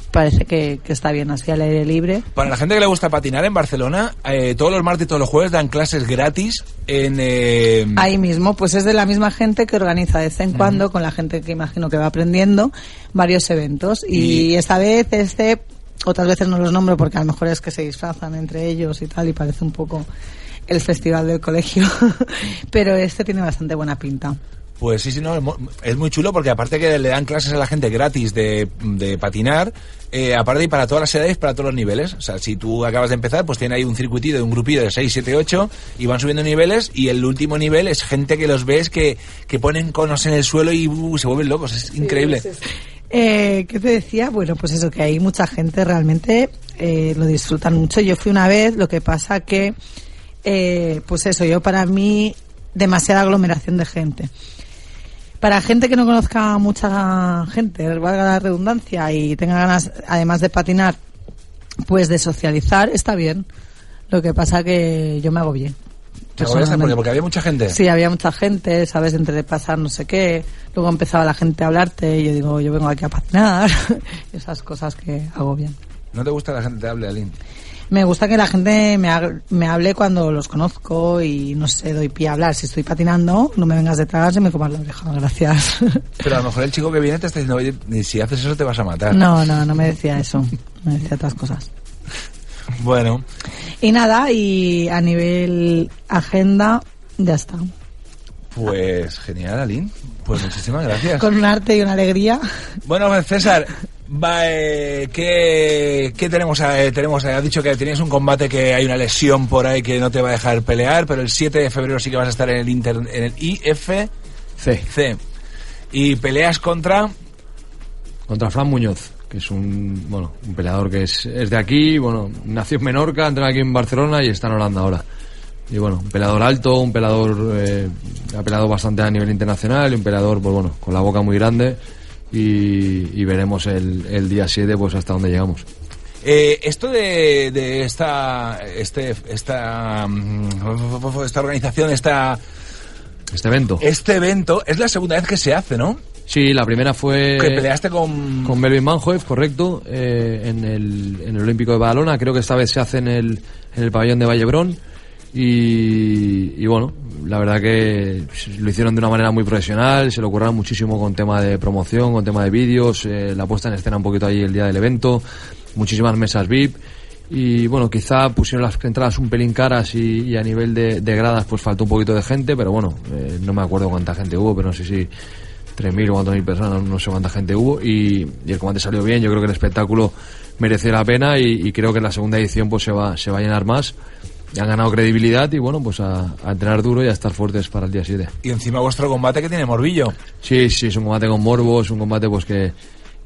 Parece que, que está bien así al aire libre. Para la gente que le gusta patinar en Barcelona, eh, todos los martes y todos los jueves dan clases gratis en... eh, Ahí mismo, pues es de la misma gente que organiza de vez en cuando, con la gente que imagino que va aprendiendo, varios eventos. Y, Y- esta vez, este, otras veces no los nombro porque a lo mejor es que se disfrazan entre ellos y tal, y parece un poco el festival del colegio. Pero este tiene bastante buena pinta. Pues sí, sí, no, es mu- es muy chulo porque aparte que le dan clases a la gente gratis de, de patinar, eh, aparte y para todas las edades, para todos los niveles. O sea, si tú acabas de empezar, pues tiene ahí un circuitito de un grupillo de 6, 7, 8 y van subiendo niveles y el último nivel es gente que los ves que, que ponen conos en el suelo y uh, se vuelven locos, es increíble. Eh, ¿Qué te decía? Bueno, pues eso, que hay mucha gente realmente eh, lo disfrutan mucho. Yo fui una vez, lo que pasa que, eh, pues eso, yo para mí, demasiada aglomeración de gente. Para gente que no conozca mucha gente, valga la redundancia, y tenga ganas, además de patinar, pues de socializar, está bien. Lo que pasa que yo me agobié. ¿Te acuerdas? Porque, porque había mucha gente. Sí, había mucha gente, ¿sabes? Entre pasar no sé qué. Luego empezaba la gente a hablarte y yo digo, yo vengo aquí a patinar. y esas cosas que hago bien. ¿No te gusta la gente que te hable, Aline? Me gusta que la gente me, ha- me hable cuando los conozco y no sé, doy pie a hablar. Si estoy patinando, no me vengas detrás y me comas la oreja. Gracias. Pero a lo mejor el chico que viene te está diciendo, oye, si haces eso te vas a matar. no, no, no me decía eso. Me decía otras cosas. Bueno, Y nada, y a nivel agenda, ya está. pues genial, Aline. Pues muchísimas gracias. Con un arte y una alegría. Bueno, pues, César, va, eh, ¿qué, qué tenemos? eh, tenemos eh, has dicho que tenías un combate que hay una lesión por ahí que no te va a dejar pelear, pero el 7 de febrero sí que vas a estar en el, inter, en el IFC. Y peleas contra... Contra Fran Muñoz, que es un, bueno, un peleador que es, es de aquí, bueno, nació en Menorca, entra aquí en Barcelona y está en Holanda ahora. Y bueno, un peleador alto, un peleador eh, ha peleado bastante a nivel internacional y un peleador, pues bueno, con la boca muy grande. Y, y veremos el, el día 7 pues hasta dónde llegamos. Eh, esto de, de esta, este, esta, mm, esta organización, esta, Este evento. este evento, es la segunda vez que se hace, ¿no? Sí, la primera fue... Que peleaste con... Con Melvin Manjoev, correcto, eh, en, el, en el Olímpico de Badalona. Creo que esta vez se hace en el, en el pabellón de Vallebrón. Y, y bueno, la verdad que lo hicieron de una manera muy profesional, se lo curraron muchísimo con tema de promoción, con tema de vídeos, eh, la puesta en escena un poquito ahí el día del evento, muchísimas mesas VIP. Y bueno, quizá pusieron las entradas un pelín caras y, y a nivel de, de gradas pues faltó un poquito de gente, pero bueno, eh, no me acuerdo cuánta gente hubo, pero no sé si 3.000 o cuántas mil personas, no sé cuánta gente hubo, y, y el combate salió bien. Yo creo que el espectáculo merece la pena y, y creo que en la segunda edición pues se va, se va a llenar más. Y han ganado credibilidad y bueno, pues a, a entrenar duro y a estar fuertes para el día 7. Y encima vuestro combate que tiene morbillo. Sí, sí, es un combate con morbo, es un combate pues que,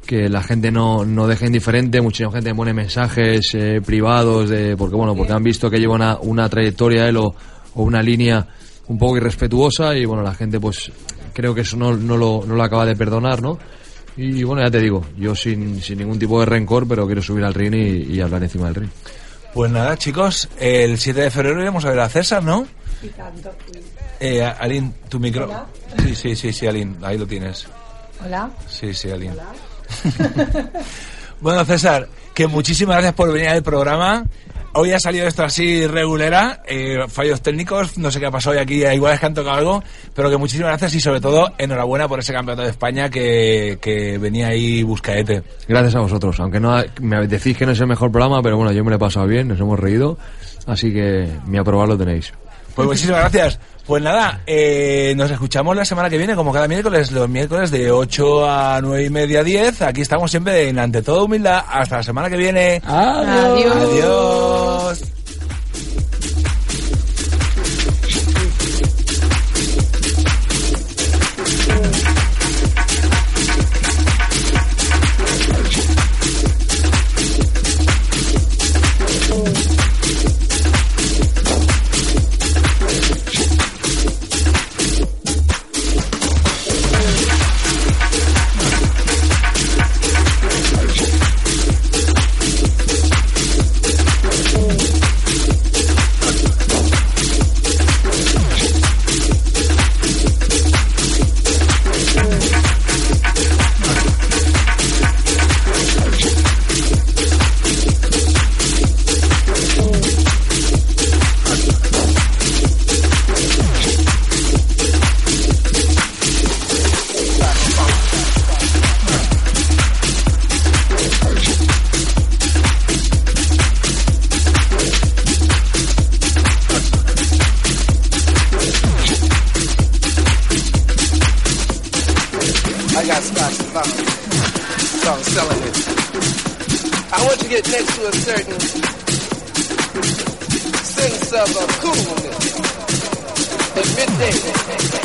que la gente no, no deja indiferente, muchísima gente me pone mensajes eh, privados de porque bueno, porque han visto que lleva una, una trayectoria él o, o una línea un poco irrespetuosa y bueno, la gente pues creo que eso no, no, lo, no lo acaba de perdonar, ¿no? Y, bueno, ya te digo, yo sin, sin ningún tipo de rencor, pero quiero subir al ring y, y hablar encima del ring. Pues nada, chicos, el 7 de febrero iremos a ver a César, ¿no? Eh, Alin, tu micro. Hola. Sí, sí, sí, sí, Alin, ahí lo tienes. Hola. Sí, sí, Alin. bueno, César, que muchísimas gracias por venir al programa. Hoy ha salido esto así regulera, eh, fallos técnicos, no sé qué ha pasado hoy aquí, eh, igual es que han tocado algo, pero que muchísimas gracias y sobre todo enhorabuena por ese campeonato de España que, que venía ahí buscaete. Gracias a vosotros, aunque no ha- me decís que no es el mejor programa, pero bueno, yo me lo he pasado bien, nos hemos reído, así que mi aprobar lo tenéis. Pues muchísimas gracias. Pues nada, eh, nos escuchamos la semana que viene, como cada miércoles, los miércoles de 8 a 9 y media 10. Aquí estamos siempre en Ante Todo Humildad. Hasta la semana que viene. Ah, Adiós. Adiós. Thank you. I got spots to buy. So I'm selling it. I want you to get next to a certain sense of uh, coolness at midday.